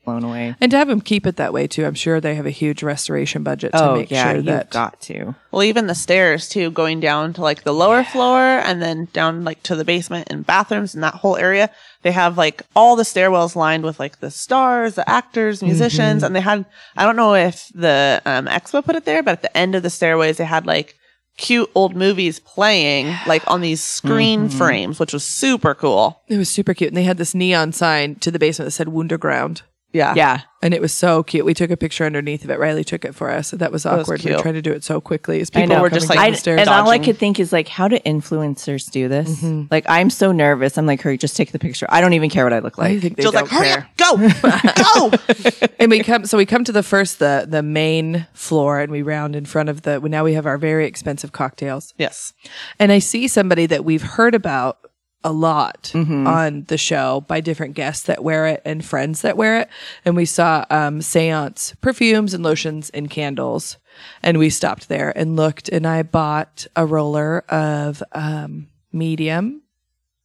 S3: blown away.
S2: and to have them keep it that way too i'm sure they have a huge restoration budget to
S3: oh
S2: make
S3: yeah,
S2: sure
S3: you've
S2: that
S3: got to.
S4: Well, even the stairs too, going down to like the lower floor and then down like to the basement and bathrooms and that whole area. They have like all the stairwells lined with like the stars, the
S2: Mm-hmm.
S4: actors, musicians, and they had I don't know if the um, expo put it there, but at the end of the stairways they had like cute old movies playing like on these screen
S2: Mm-hmm.
S4: frames, which was super cool.
S2: It was super cute. And they had this neon sign to the basement that said Wunderground.
S4: Yeah.
S3: Yeah,
S2: And it was so cute. We took a picture underneath of it. Riley took it for us. That was
S4: was
S2: awkward. we were
S4: cute.
S2: trying to do it so quickly. As
S3: I
S2: people
S3: know.
S2: were
S4: Just
S2: just like
S4: like-
S2: down
S3: I,
S2: the
S3: and
S2: stairs.
S3: all I
S4: dodging.
S3: could think is like, how do influencers do this?
S2: Mm-hmm.
S3: Like, I'm so nervous. I'm like, hurry, just take the picture. I don't even care what I look
S2: I
S3: like.
S2: think they
S4: Jill's
S2: don't
S4: like, hurry
S2: care.
S4: up, go, go.
S2: and we come so we come to the first the the main floor and we round in front of the well, now we have our very expensive cocktails.
S4: yes.
S2: And I see somebody that we've heard about a lot on the show by different guests that wear it and friends that wear it. And we saw um, seance perfumes and lotions and candles. And we stopped there and looked, and I bought a roller of um, medium.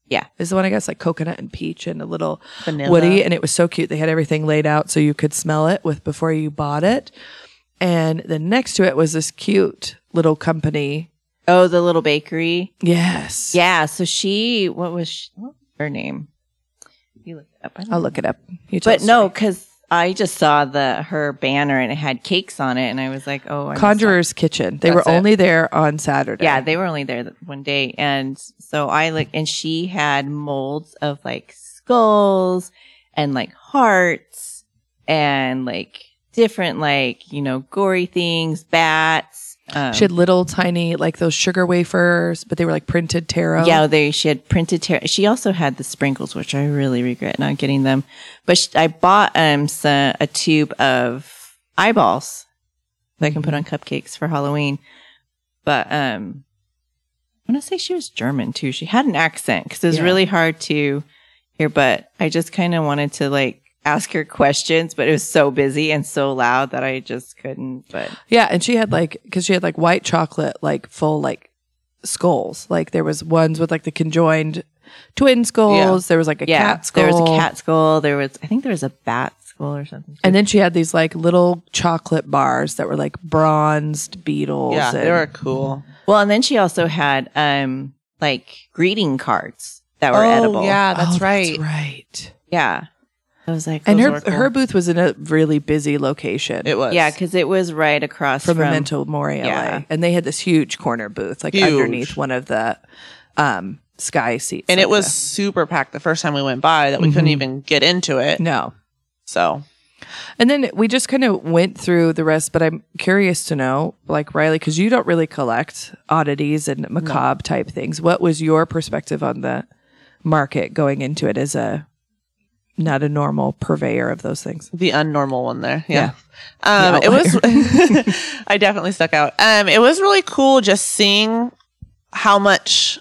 S3: Yeah.
S2: Is the one I guess like coconut and peach and a little
S4: Vanilla.
S2: woody. And it was so cute. They had everything laid out so you could smell it with before you bought it. And then next to it was this cute little company.
S3: Oh, the little bakery.
S2: Yes.
S3: Yeah. So she, what was she, what was her name? You look it up. I don't
S2: I'll
S3: know.
S2: look it up. You tell
S3: But
S2: the
S3: no, because I just saw the her banner and it had cakes on it, and I was like, oh, I
S2: story.
S3: missed
S2: Conjurer's Kitchen. They
S3: That's
S2: were
S3: it.
S2: only there on Saturday.
S3: that. Yeah, they were only there th- one day, and so I look, and she had molds of like skulls and like hearts and like different, like, you know, gory things, bats. Um,
S2: She had little tiny, like those sugar wafers, but they were like printed tarot.
S3: Yeah, they she had printed tar- she also had the sprinkles, which I really regret not getting them. But sh I bought um some, a tube of eyeballs that I can put on cupcakes for Halloween. But um, I want to say she was German too. She had an accent because it was
S2: Yeah.
S3: really hard to hear. But I just kind of wanted to like ask her questions, but it was so busy and so loud that I just couldn't. But
S2: Yeah, and she had like because she had like white chocolate, like full like skulls. Like there was ones with like the conjoined twin skulls. There was like a
S3: yeah,
S2: cat skull.
S3: there was a cat skull. There was I think there was a bat skull or something.
S2: And then she had these like little chocolate bars that were like bronzed beetles.
S4: Yeah, they
S2: and-
S4: were cool.
S3: Well, and then she also had um like greeting cards that were
S4: oh,
S3: edible.
S4: yeah,
S2: Oh,
S4: that's right.
S2: right.
S3: yeah. I was like,
S2: And
S3: those
S2: her
S3: were cool.
S2: her booth was in a really busy location.
S4: It was.
S3: yeah, because it was right across
S2: from
S3: from,
S2: Memento Mori,
S3: Yeah.
S2: LA, and they had this huge corner booth, like
S4: Huge.
S2: underneath one of the um, sky seats,
S4: and
S2: like
S4: it was
S2: the-
S4: super packed the first time we went by that we couldn't even get into it.
S2: no.
S4: So
S2: And then we just kind of went through the rest, but I'm curious to know, like Riley, because you don't really collect oddities and macabre type things. What was your perspective on the market going into it as a not a normal purveyor of those things?
S4: the unnormal one there.
S2: Yeah.
S4: Yeah. Um, it was, I definitely stuck out. Um, it was really cool just seeing how much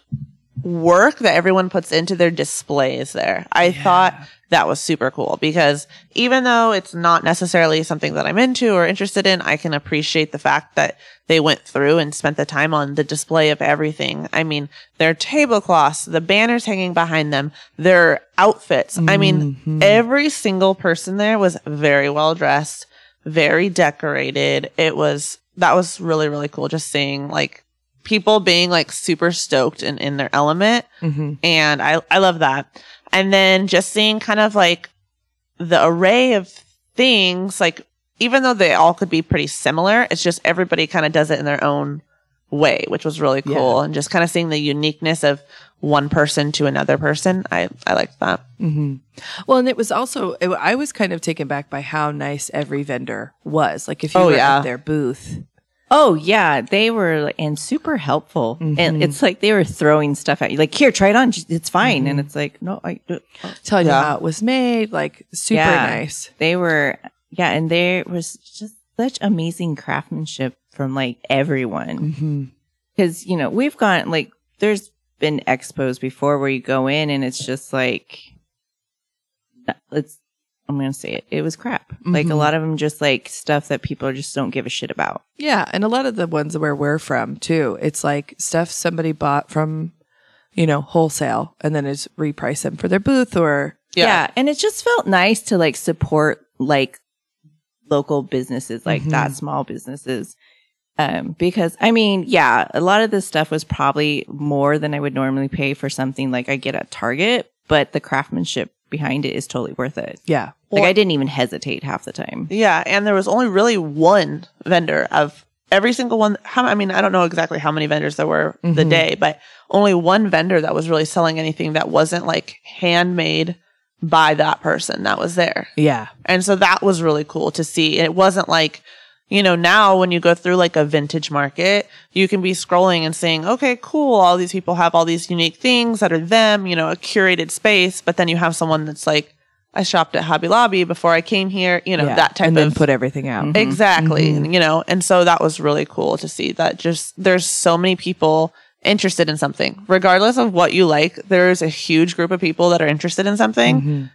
S4: work that everyone puts into their displays there. I thought that was super cool because even though it's not necessarily something that I'm into or interested in, I can appreciate the fact that they went through and spent the time on the display of everything. I mean, their tablecloths, the banners hanging behind them, their outfits. I mean, every single person there was very well dressed, very decorated. It was, that was really, really cool just seeing like people being like super stoked and in their element
S2: Mm-hmm.
S4: and I I love that. And then just seeing kind of like the array of things, like even though they all could be pretty similar, it's just everybody kind of does it in their own way, which was really
S2: Yeah.
S4: cool. And just kind of seeing the uniqueness of one person to another person, I I liked that.
S2: hmm Well, and it was also it, I was kind of taken back by how nice every vendor was. Like if you
S4: Oh,
S2: were
S4: yeah.
S2: at their booth,
S3: Oh yeah, they were like, and super helpful.
S2: Mm-hmm.
S3: And it's like they were throwing stuff at you, like here, try it on, Just- it's fine. And
S2: Mm-hmm.
S3: it's like no, I, uh, uh.
S2: telling
S4: Yeah.
S2: you how it was made, like super
S3: Yeah.
S2: nice.
S3: they were yeah, and there was just such amazing craftsmanship from like everyone.
S2: Mm-hmm.
S3: because you know we've gone like there's been expos before where you go in and it's just like it's i'm gonna say it it was crap like a
S2: Mhm.
S3: lot of them just like stuff that people just don't give a shit about
S2: Yeah, and a lot of the ones where we're from too, it's like stuff somebody bought from, you know, wholesale, and then is reprice them for their booth or
S4: Yeah.
S3: and it just felt nice to like support like local businesses like
S2: Mhm.
S3: that small businesses um because i mean yeah a lot of this stuff was probably more than i would normally pay for something like i get at target but the craftsmanship behind it is totally worth it
S2: yeah,
S3: Like
S4: Or-
S3: I didn't even hesitate half the time.
S4: Yeah, and there was only really one vendor of every single one. How I mean, I don't know exactly how many vendors there were the
S2: Mhm.
S4: day, but only one vendor that was really selling anything that wasn't like handmade by that person that was there.
S2: yeah,
S4: And so that was really cool to see. It wasn't like, you know, now when you go through like a vintage market, you can be scrolling and saying, okay, cool. All these people have all these unique things that are them, you know, a curated space. But then you have someone that's like, I shopped at Hobby Lobby before I came here, you know,
S2: yeah.
S4: that type
S2: and
S4: of Mm-hmm.
S2: then put everything out.
S3: Mhm.
S4: Exactly.
S2: Mm-hmm.
S4: You know, and so that was really cool to see that just there's so many people interested in something. Regardless of what you like, there's a huge group of people that are interested in something
S2: Mhm.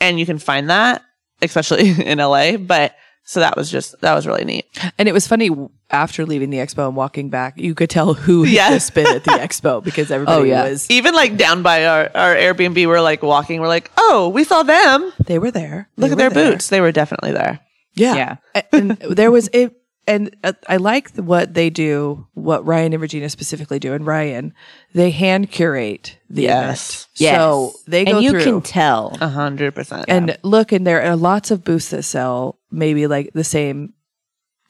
S4: and you can find that, especially in LA. But so that was just that was really neat.
S2: And it was funny w- after leaving the expo and walking back, you could tell who had
S4: Yeah. Oh,
S2: just been at the expo because everybody
S3: yeah.
S2: was
S4: Even like down by our, our Airbnb, we're like walking, we're like, oh, we saw them.
S2: they were there. They
S4: Look at their
S2: were there.
S4: boots. They were definitely there.
S2: Yeah.
S3: Yeah.
S2: A- and there was it and uh, I like the- what they do, what Ryan and Regina specifically do and Ryan, they hand curate the
S4: Yes.
S2: event. So they go
S3: and you
S2: through Um,
S3: can tell.
S4: A hundred percent.
S2: and look and there are lots of booths that sell maybe like the same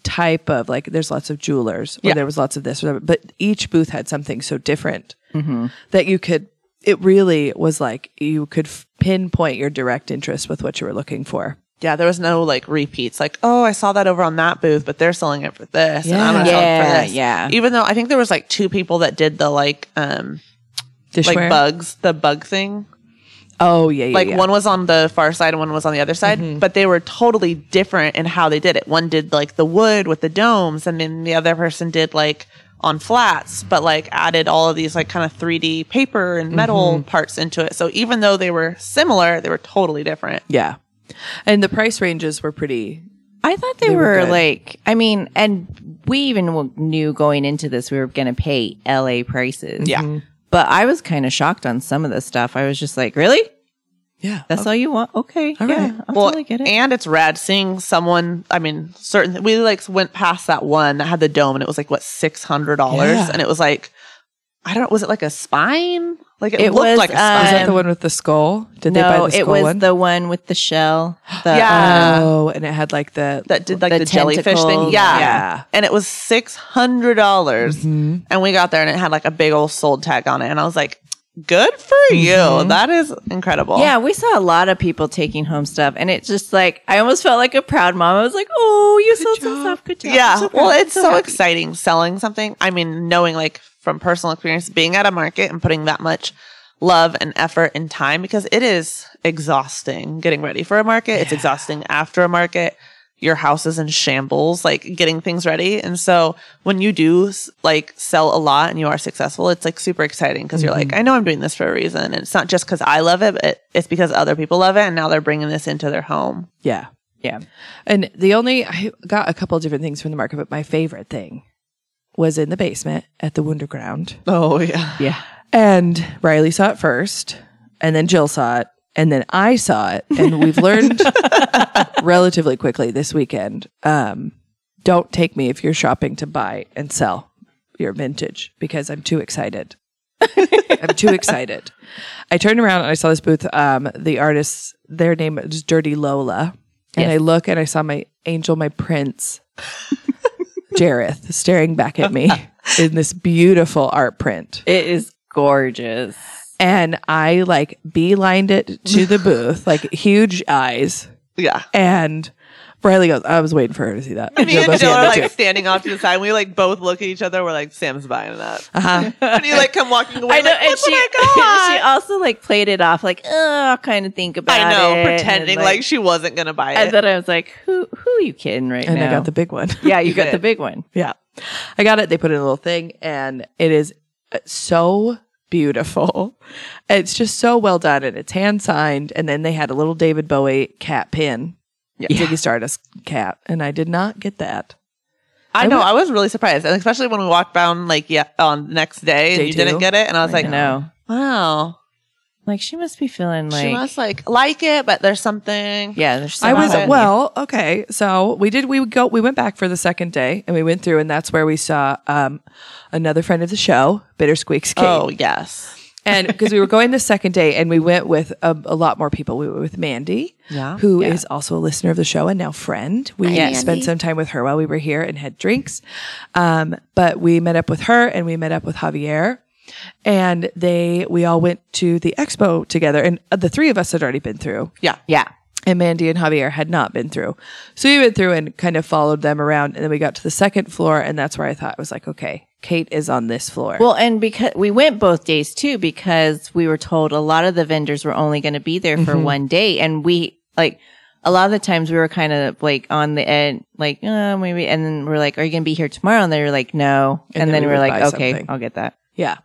S2: type of like there's lots of jewelers or
S4: Yeah.
S2: there was lots of this or that, but each booth had something so different
S4: Mm-hmm.
S2: that you could it really was like you could f- pinpoint your direct interest with what you were looking for.
S4: Yeah, there was no like repeats. Like, oh, I saw that over on that booth, but they're selling it for this, and I'm
S2: Yeah.
S4: gonna sell
S3: Yeah,
S4: it for this.
S3: yeah.
S4: Even though I think there was like two people that did the like um
S2: Dishware.
S4: like bugs, the bug thing.
S2: Oh yeah, yeah.
S4: Like
S2: yeah. Mm-hmm.
S4: one was on the far side and one was on the other side, but they were totally different in how they did it. One did like the wood with the domes, and then the other person did like on flats, but like added all of these like kind of 3D paper and metal
S2: Mm-hmm.
S4: parts into it. So even though they were similar, they were totally different.
S2: Yeah. And the price ranges were pretty.
S3: I thought they,
S2: They were
S3: were,
S2: good.
S3: like, I mean, and we even w- knew going into this we were going to pay LA prices.
S4: Yeah.
S3: But I was kind of shocked on some of the stuff. I was just like, really?
S2: Yeah.
S3: That's all you want? Okay. yeah.
S2: right.
S3: I'll
S4: Well,
S3: totally get it.
S4: and it's rad seeing someone. I mean, certain we like went past that one that had the dome, and it was like what six hundred dollars,
S2: Yeah.
S4: and it was like I don't. Was it like a spine? Like it,
S3: It
S4: looked
S3: was, um,
S4: like a
S2: Is
S4: spine.
S2: that the one with the skull? Did they buy
S3: no,
S2: the skull
S3: it was
S2: one?
S3: the one with the shell. um, The,
S4: Yeah.
S2: oh, and it had like the.
S4: that did like the,
S3: the
S4: jellyfish thing.
S3: tentacles.
S4: Yeah.
S2: Yeah.
S4: And it was six hundred dollars.
S3: Mm-hmm.
S4: And we got there and it had like a big old sold tag on it. And I was like, Good for you. That is incredible.
S3: Mm-hmm. Yeah, we saw a lot of people taking home stuff, and it's just like I almost felt like a proud mom. I was like, "Oh, you sold some stuff. Good job."
S4: Yeah.
S3: I'm so proud.
S4: well, it's
S3: I'm
S4: so,
S3: happy."
S4: exciting selling something. I mean, knowing like from personal experience, being at a market and putting that much love and effort and time because it is exhausting getting ready for a market. It's exhausting after a market. Your house is in shambles, like getting things ready. And so when you do s- like sell a lot and you are successful, it's like super exciting because you're like, I know I'm doing this for a reason. And it's not just because I love it, but it- it's because other people love it. And now they're bringing this into their home.
S2: Yeah.
S3: Yeah.
S2: And the only, I got a couple of different things from the market, but my favorite thing was in the basement at the Wonderground.
S4: Oh, yeah.
S3: Yeah.
S2: And Riley saw it first, and then Jill saw it, and then I saw it. And we've learned relatively quickly this weekend um, don't take me if you're shopping to buy and sell your vintage because I'm too excited. I'm too excited. I turned around and I saw this booth. Um, the artists, their name is Dirty Lola. And I look and I saw my angel, my prince, Jareth, staring back at me in this beautiful art print
S3: It is gorgeous.
S2: and I like beelined it to the booth, like huge eyes.
S4: Yeah.
S2: And Riley goes, I was waiting for her to see that.
S4: Me and
S2: goes,
S4: Jill
S2: "Yeah,
S4: are
S2: me
S4: like
S2: too."
S4: standing off to the side. We like both look at each other. We're like, Sam's buying that.
S2: Uh-huh.
S4: And you like come walking away.
S3: I know,
S4: like,
S3: and
S4: "Look
S3: she
S4: what I
S3: she also like played it off like, "Oh, I'll kind of think
S4: got."
S3: about it."
S4: I know,
S3: and,
S4: pretending like, she wasn't gonna buy
S3: and
S4: it.
S3: then I was like, "Who? Who are you kidding right
S2: and
S3: now?"
S2: I got the big one.
S3: yeah, you
S4: You
S3: got the
S4: did.
S3: big one.
S2: yeah. I got it. They put in a little thing and it is uh, so beautiful. It's just so well done and it's hand signed. And then they had a little David Bowie cat pin, yeah. Ziggy Stardust cat. And I did not get that.
S4: I
S2: I
S4: know.
S2: would-
S4: I was really surprised, and especially when we walked down like yeah on the next day, and
S2: Day
S4: you did
S2: two.
S4: didn't get it, and I was
S2: I
S4: like,
S3: I know.
S4: wow,
S3: Like she must be feeling like
S4: she must like like it, but there's something.
S3: yeah. There's
S2: I was
S4: about it.
S3: something.
S2: well, okay. So we did we would go we went back for the second day and we went through and that's where we saw um another friend of the show, Bitter Squeaks King.
S4: Oh yes.
S2: And because we were going the second day and we went with a, a lot more people. We went with Mandy,
S4: Yeah.
S2: who is also a listener of the show and now friend. We spent some time with her while we were here and had drinks. Um, but we met up with her and we met up with Javier. And they, we all went to the expo together, and uh, the three of us had already been through
S4: Yeah.
S3: yeah.
S2: and Mandy and Javier had not been through. So we went through and kind of followed them around. And then we got to the second floor. And that's where I thought, I was like, okay, Kate is on this floor.
S3: Well, and because we went both days too, because we were told a lot of the vendors were only going to be there for one day. And we, like, a lot of the times we were kind of like on the end, like, uh, maybe. And then we're like, are you going to be here tomorrow? And they were like, no. And,
S2: And then
S3: then,
S2: we
S3: we are
S2: would
S3: like,
S2: buy
S3: okay,
S2: something.
S3: I'll get that.
S2: yeah.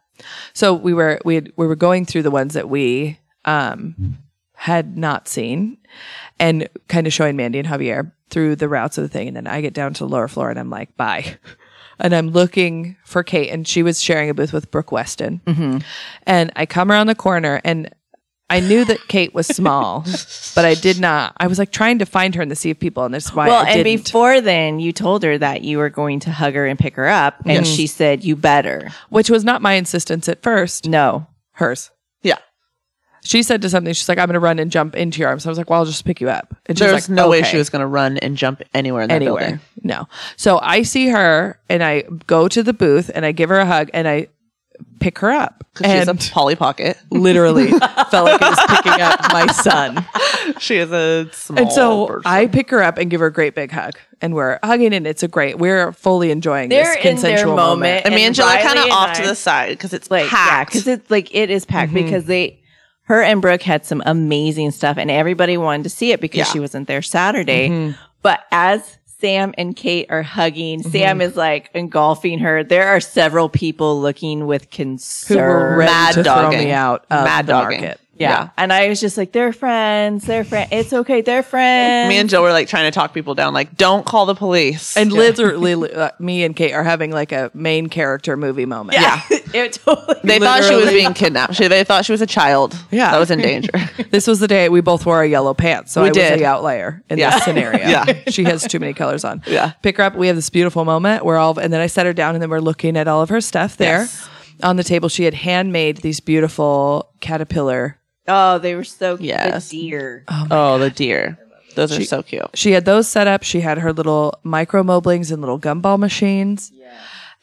S2: So we were, we, had, we were going through the ones that we, um, had not seen and kind of showing Mandy and Javier through the routes of the thing. And then I get down to the lower floor and I'm like, bye. And I'm looking for Kate. And she was sharing a booth with Brooke Weston.
S3: Mm-hmm.
S2: And I come around the corner and I knew that Kate was small, but I did not. I was like trying to find her in the sea of people, and that's why
S3: well,
S2: I
S3: and
S2: didn't.
S3: before then, you told her that you were going to hug her and pick her up. And she said, you better.
S2: which was not my insistence at first.
S3: No.
S2: Hers.
S4: Yeah.
S2: She said to something. She's like, "I'm going to run and jump into your arms." I was like, "Well, I'll just pick you up." And she
S4: There's
S2: was like,
S4: no way
S2: "Okay."
S4: she was gonna run and jump anywhere in that
S2: anywhere.
S4: building.
S2: No. So I see her and I go to the booth and I give her a hug and I pick her up.
S4: 'Cause She's a
S2: And
S4: Polly Pocket.
S2: literally felt like it was picking up my son.
S4: She is a small
S2: And so
S4: person.
S2: I pick her up and give her a great big hug. And we're hugging and it's a great we're fully enjoying
S3: They're
S2: this
S3: in their
S2: consensual moment.
S3: moment.
S4: I mean,
S3: and
S4: Angela
S3: Riley
S4: kind of
S3: and
S4: off to
S3: I-
S4: the side because it's
S3: like
S4: like packed.
S3: because it's like it is packed
S2: Mm-hmm.
S3: because they her and brooke had some amazing stuff and everybody wanted to see it because
S4: Yeah.
S3: she wasn't there saturday
S2: Mm-hmm.
S3: but as sam and kate are hugging sam is like engulfing her there are several people looking with
S2: Who
S3: concern
S2: were ready
S4: Mad
S2: to throw
S4: dogging.
S2: me out of
S4: Mad
S2: the
S4: dogging.
S2: market.
S3: yeah. and i was just like they're friends they're friends it's okay they're friends
S4: me and Jill were like trying to talk people down, like, don't call the police.
S2: And literally, uh, me and Kate are having like a main character movie moment.
S4: yeah.
S3: it totally
S4: They thought she was being kidnapped. She, they thought she was a child
S2: Yeah.
S4: that was in danger.
S2: This was the day we both wore our yellow pants. So
S4: We
S2: I was
S4: did.
S2: the outlier in
S4: Yeah.
S2: this scenario.
S4: Yeah.
S2: She has too many colors on.
S4: Yeah.
S2: Pick her up. We have this beautiful moment where all, of, and then I set her down and then we're looking at all of her stuff there
S4: Yes.
S2: on the table. She had handmade these beautiful caterpillar.
S3: oh they were so
S4: Yes.
S3: the deer
S4: Oh, the deer. Those are so cute.
S2: She had those set up. She had her little micro moblings and little gumball machines.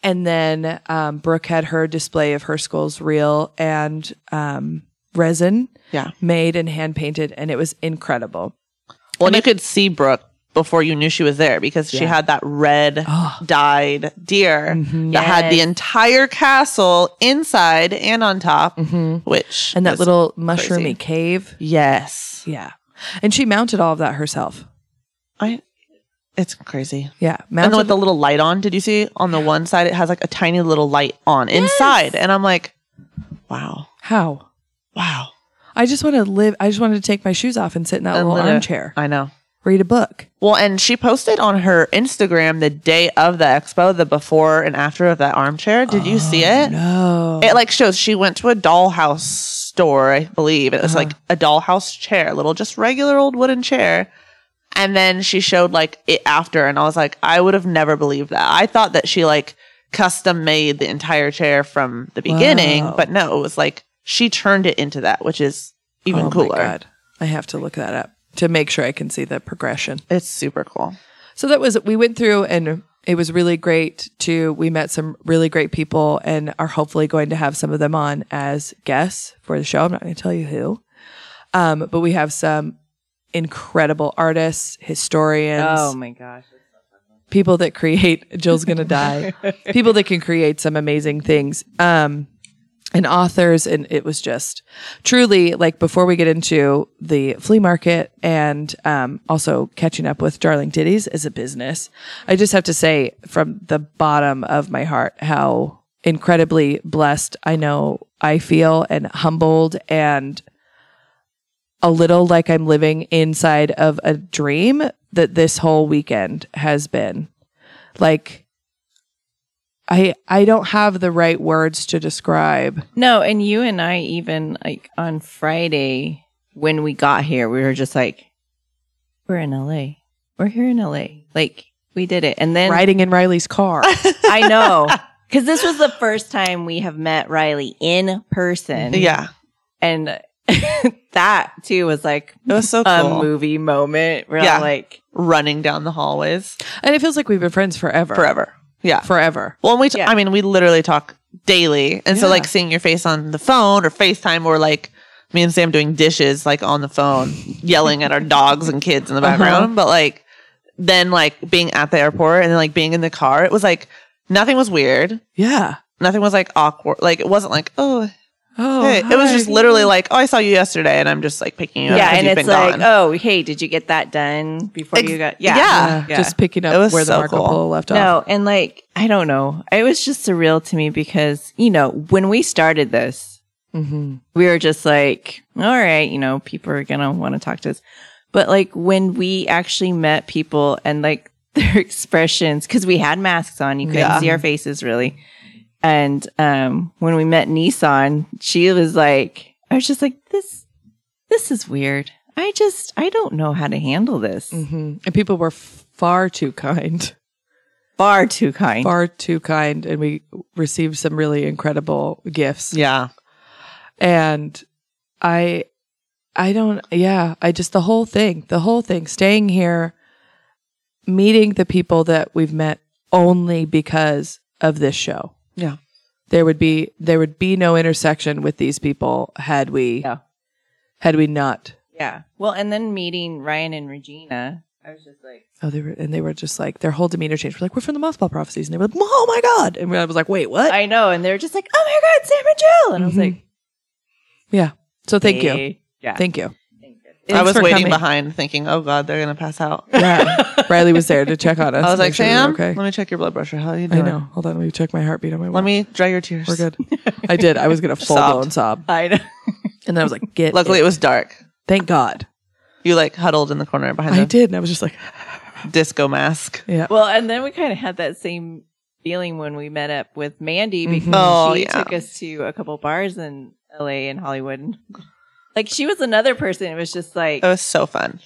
S2: And then um, Brooke had her display of her school's reel and um, resin
S4: Yeah.
S2: made and hand painted. And it was incredible.
S4: Well, and you could see Brooke before you knew she was there because she had that red dyed deer that had the
S3: Yes.
S4: entire castle inside and on top, which
S2: And that
S4: was-
S2: little mushroomy cave.
S4: yes,
S2: Yeah. And she mounted all of that herself.
S4: I. It's crazy.
S2: Yeah.
S4: And
S2: Mounted
S4: then with the little light on, did you see on the one side it has like a tiny little light on inside, and I'm like, wow,
S2: how?
S4: wow,
S2: I just want to live. I just wanted to take my shoes off and sit in that
S4: And
S2: little
S4: lit it.
S2: armchair,
S4: I know.
S2: read a book.
S4: Well, and she posted on her Instagram the day of the expo, the before and after of that armchair. Did you see
S2: Oh,
S4: it?
S2: No.
S4: It like shows she went to a dollhouse store, I believe. It was
S2: Uh-huh.
S4: like a dollhouse chair, little just regular old wooden chair. And then she showed like it after and I was like, I would have never believed that. I thought that she like custom made the entire chair from the beginning,
S2: Wow.
S4: but no, it was like she turned it into that, which is even
S2: Oh my
S4: cooler.
S2: God. I have to look that up to make sure I can see the progression.
S4: It's super cool.
S2: So that was, we went through and it was really great to, we met some really great people and are hopefully going to have some of them on as guests for the show. I'm not going to tell you who. Um, but we have some incredible artists, historians,
S3: oh my gosh
S2: people that create Jill's gonna die. people that can create some amazing things. Um and authors and it was just truly like before we get into the flea market and um, also catching up with darling ditties as a business i just have to say from the bottom of my heart how incredibly blessed i know i feel and humbled and a little like I'm living inside of a dream that this whole weekend has been. Like I I don't have the right words to describe.
S3: No, and you and I even like on Friday when we got here, we were just like, we're in LA. We're here in LA. Like we did it. And then
S2: Riding in Riley's car.
S3: I know because this was the first time we have met Riley in person.
S4: Yeah.
S3: And that too was like
S4: It was so
S3: a
S4: cool.
S3: movie moment where
S4: Yeah.
S3: I'm like,
S4: Um, Running down the hallways
S2: and it feels like we've been friends forever.
S4: forever. Yeah.
S2: Forever.
S4: Well, and we, t-
S3: Yeah.
S4: I mean, we literally talk daily. And so,
S2: Yeah.
S4: like, seeing your face on the phone or FaceTime, or like me and Sam doing dishes, like on the phone, yelling at our dogs and kids in
S2: Uh-huh.
S4: the background. But like, then like being at the airport and then like being in the car, it was like nothing was weird.
S2: Yeah.
S4: Nothing was like awkward. Like, it wasn't like, oh,
S2: Oh,
S4: hey. it was
S2: hi.
S4: just literally like, oh, I saw you yesterday and I'm just like picking you
S3: yeah.
S4: up. 'cause
S3: and
S4: you've
S3: it's
S4: been
S3: like,
S4: gone.
S3: oh, hey, did you get that done before
S4: Ex-
S3: you got? Yeah.
S4: yeah.
S2: just picking up
S4: It was
S2: where the
S4: so
S2: Marco
S4: cool.
S2: Polo left off.
S3: No, and like I don't know. It was just surreal to me because, you know, when we started this,
S2: Mm-hmm.
S3: we were just like, all right, you know, people are going to want to talk to us. But like when we actually met people and like their expressions cuz we had masks on, you couldn't
S4: Yeah.
S3: see our faces really. And um when we met Nissan, she was like I was just like this this is weird. I just I don't know how to handle this.
S2: Mm-hmm. And people were far too kind.
S3: Far too kind.
S2: Far too kind. And we received some really incredible gifts.
S4: yeah.
S2: and i i don't yeah i just the whole thing the whole thing staying here meeting the people that we've met only because of this show
S4: Yeah.
S2: there would be there would be no intersection with these people had we
S3: Yeah.
S2: had we not.
S3: Yeah. Well, and then meeting Ryan and Regina, I was just like,
S2: Oh, they were and they were just like their whole demeanor changed. We're like, we're from the mothball prophecies, and they were like, oh my god, and I was like, wait, what?
S3: I know. And they were just like, oh my God, Sam and Jill. And I was
S2: Mhm.
S3: like,
S2: yeah. So thank you,
S3: hey. Yeah.
S2: thank you.
S3: Thank you.
S4: I
S2: Thanks
S4: was
S2: for
S4: waiting
S2: coming.
S4: behind, thinking, "Oh God, they're gonna pass out."
S2: Yeah, Riley was there to check on us.
S4: I was like,
S2: make sure we were
S4: "Sam,
S2: okay.
S4: let me check your blood pressure. How are you
S2: I
S4: doing?"
S2: know. Hold on, let me check my heartbeat on my.
S4: Let
S2: watch.
S4: me dry your tears.
S2: We're good. I did. I was gonna full blown sob,
S3: I know.
S2: and then I was like, get.
S4: Luckily, it was dark.
S2: Thank God.
S4: You like huddled in the corner behind
S2: I
S4: the
S2: did, and I was just like,
S4: disco mask.
S2: yeah.
S3: Well, and then we kind of had that same feeling when we met up with Mandy because
S4: Oh,
S3: she
S4: yeah.
S3: took us to a couple bars in LA and Hollywood. Like she was another person. It was just like,
S4: It was so fun.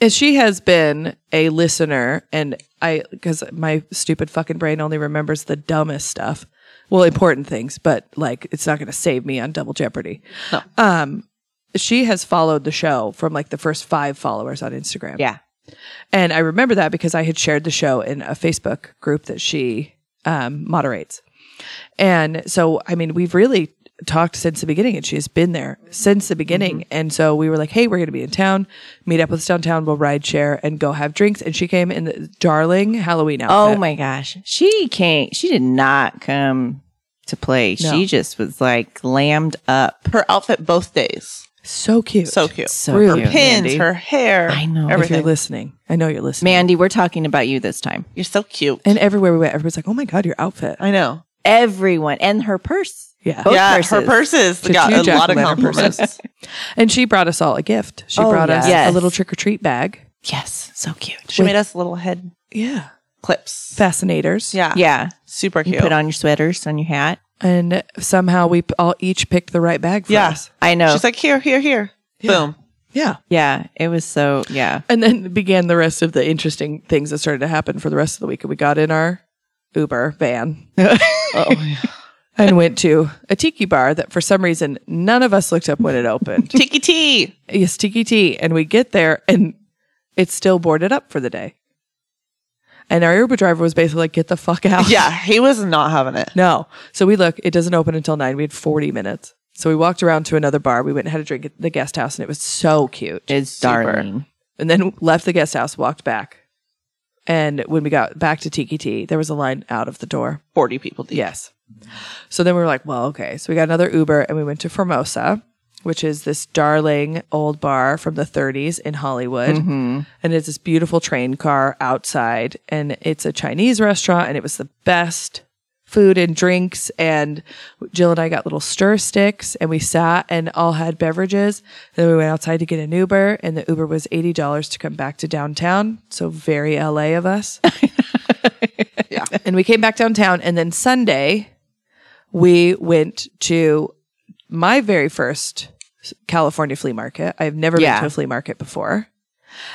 S2: And she has been a listener, and I, because my stupid fucking brain only remembers the dumbest stuff. Well, important things, but like it's not going to save me on Double Jeopardy.
S4: No.
S2: Um, she has followed the show from like the first five followers on Instagram.
S3: yeah.
S2: And I remember that because I had shared the show in a Facebook group that she um, moderates. And so, I mean, we've really talked since the beginning, and she's been there since the beginning.
S4: Mm-hmm.
S2: And so we were like, hey, we're going to be in town, meet up with us downtown, we'll ride share and go have drinks. And she came in the darling Halloween
S3: Oh
S2: outfit.
S3: my gosh. She came, she did not come to play.
S2: No.
S3: She just was like glammed up.
S4: Her outfit both days.
S2: So cute.
S4: So cute.
S3: So
S2: Really?
S3: cute,
S4: Pins,
S3: Mandy.
S4: her hair.
S3: I know. If you're
S2: If you're
S4: Everything. You're,
S2: listening, I know you're listening.
S3: Mandy, we're talking about you this time.
S4: so cute.
S2: And everywhere we went, everybody's like, oh my God, your outfit.
S4: I know.
S3: Everyone and her purse.
S2: Yeah.
S3: Both
S4: yeah, her
S3: purses.
S4: purses
S2: She
S4: got
S2: two
S4: a lot of
S2: jack-o'-lantern
S4: compliments.
S2: And she brought us all a gift. She
S3: Oh,
S2: brought us
S3: yes.
S2: a little trick or treat bag.
S3: Yes. So cute.
S4: she made us little head
S2: Yeah.
S4: clips.
S2: Fascinators.
S4: Yeah,
S3: Yeah.
S4: super
S3: You
S4: cute.
S3: put on your sweaters, on your hat.
S2: and somehow we p- all each picked the right bag for
S4: Yeah.
S2: us.
S3: I know.
S4: She's like, here, here, here. Boom.
S2: Yeah.
S3: yeah. It was so, yeah.
S2: And then began the rest of the interesting things that started to happen for the rest of the week. And we got in our Uber van
S4: Oh, yeah.
S2: and went to a tiki bar that for some reason none of us looked up when it opened.
S4: Tiki T.
S2: yes, tiki tea. And we get there and it's still boarded up for the day. And our Uber driver was basically like, get the fuck out.
S4: Yeah, he was not having it.
S2: No. So we look, it doesn't open until nine. We had 40 minutes. So we walked around to another bar. We went and had a drink at the guest house and it was so cute.
S3: It's
S4: Super.
S3: darling.
S2: and then left the guest house, walked back. And when we got back to Tiki T, there was a line out of the door.
S4: 40 people deep.
S2: Yes. So then we were like, well, okay. So we got another Uber and we went to Formosa, which is this darling old bar from the 30s in Hollywood. And it's this beautiful train car outside. And it's a Chinese restaurant and it was the best food and drinks. And Jill and I got little stir sticks and we sat and all had beverages. Then we went outside to get an Uber and the Uber was $80 to come back to downtown. So very LA of us.
S4: Yeah.
S2: And we came back downtown. And then Sunday, we went to my very first California flea market. I've never
S3: Yeah.
S2: been to a flea market before.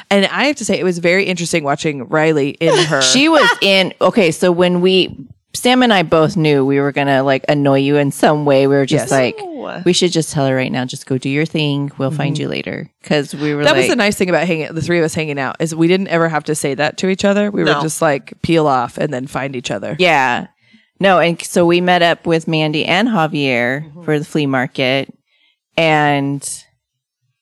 S2: And I have to say, it was very interesting watching Riley in her.
S3: She was in, okay. So when we, Sam and I both knew we were going to like annoy you in some way. We were just
S2: Yes.
S3: like,
S4: No.
S3: we should just tell her right now, just go do your thing. We'll find you later. Cause we were
S2: that
S3: like,
S2: was the nice thing about hanging, the three of us hanging out, is we didn't ever have to say that to each other. We
S4: No.
S2: were just like peel off and then find each other.
S3: Yeah. No, and so we met up with Mandy and Javier for the flea market and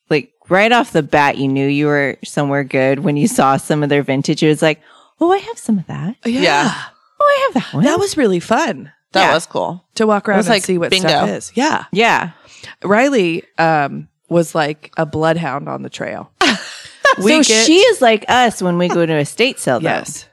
S3: like right off the bat you knew you were somewhere good when you saw some of their vintage. It was like, Oh, I have some of that.
S2: Yeah.
S4: Yeah.
S3: Oh, I have that one.
S2: That was really fun
S4: That
S3: Yeah.
S4: was cool.
S2: to walk around
S4: was
S2: and
S4: like
S2: see what
S4: bingo.
S2: stuff is. Yeah.
S3: Yeah.
S2: Riley um, was like a bloodhound on the trail.
S3: so she is like us when we go to a state sale though.
S2: yes,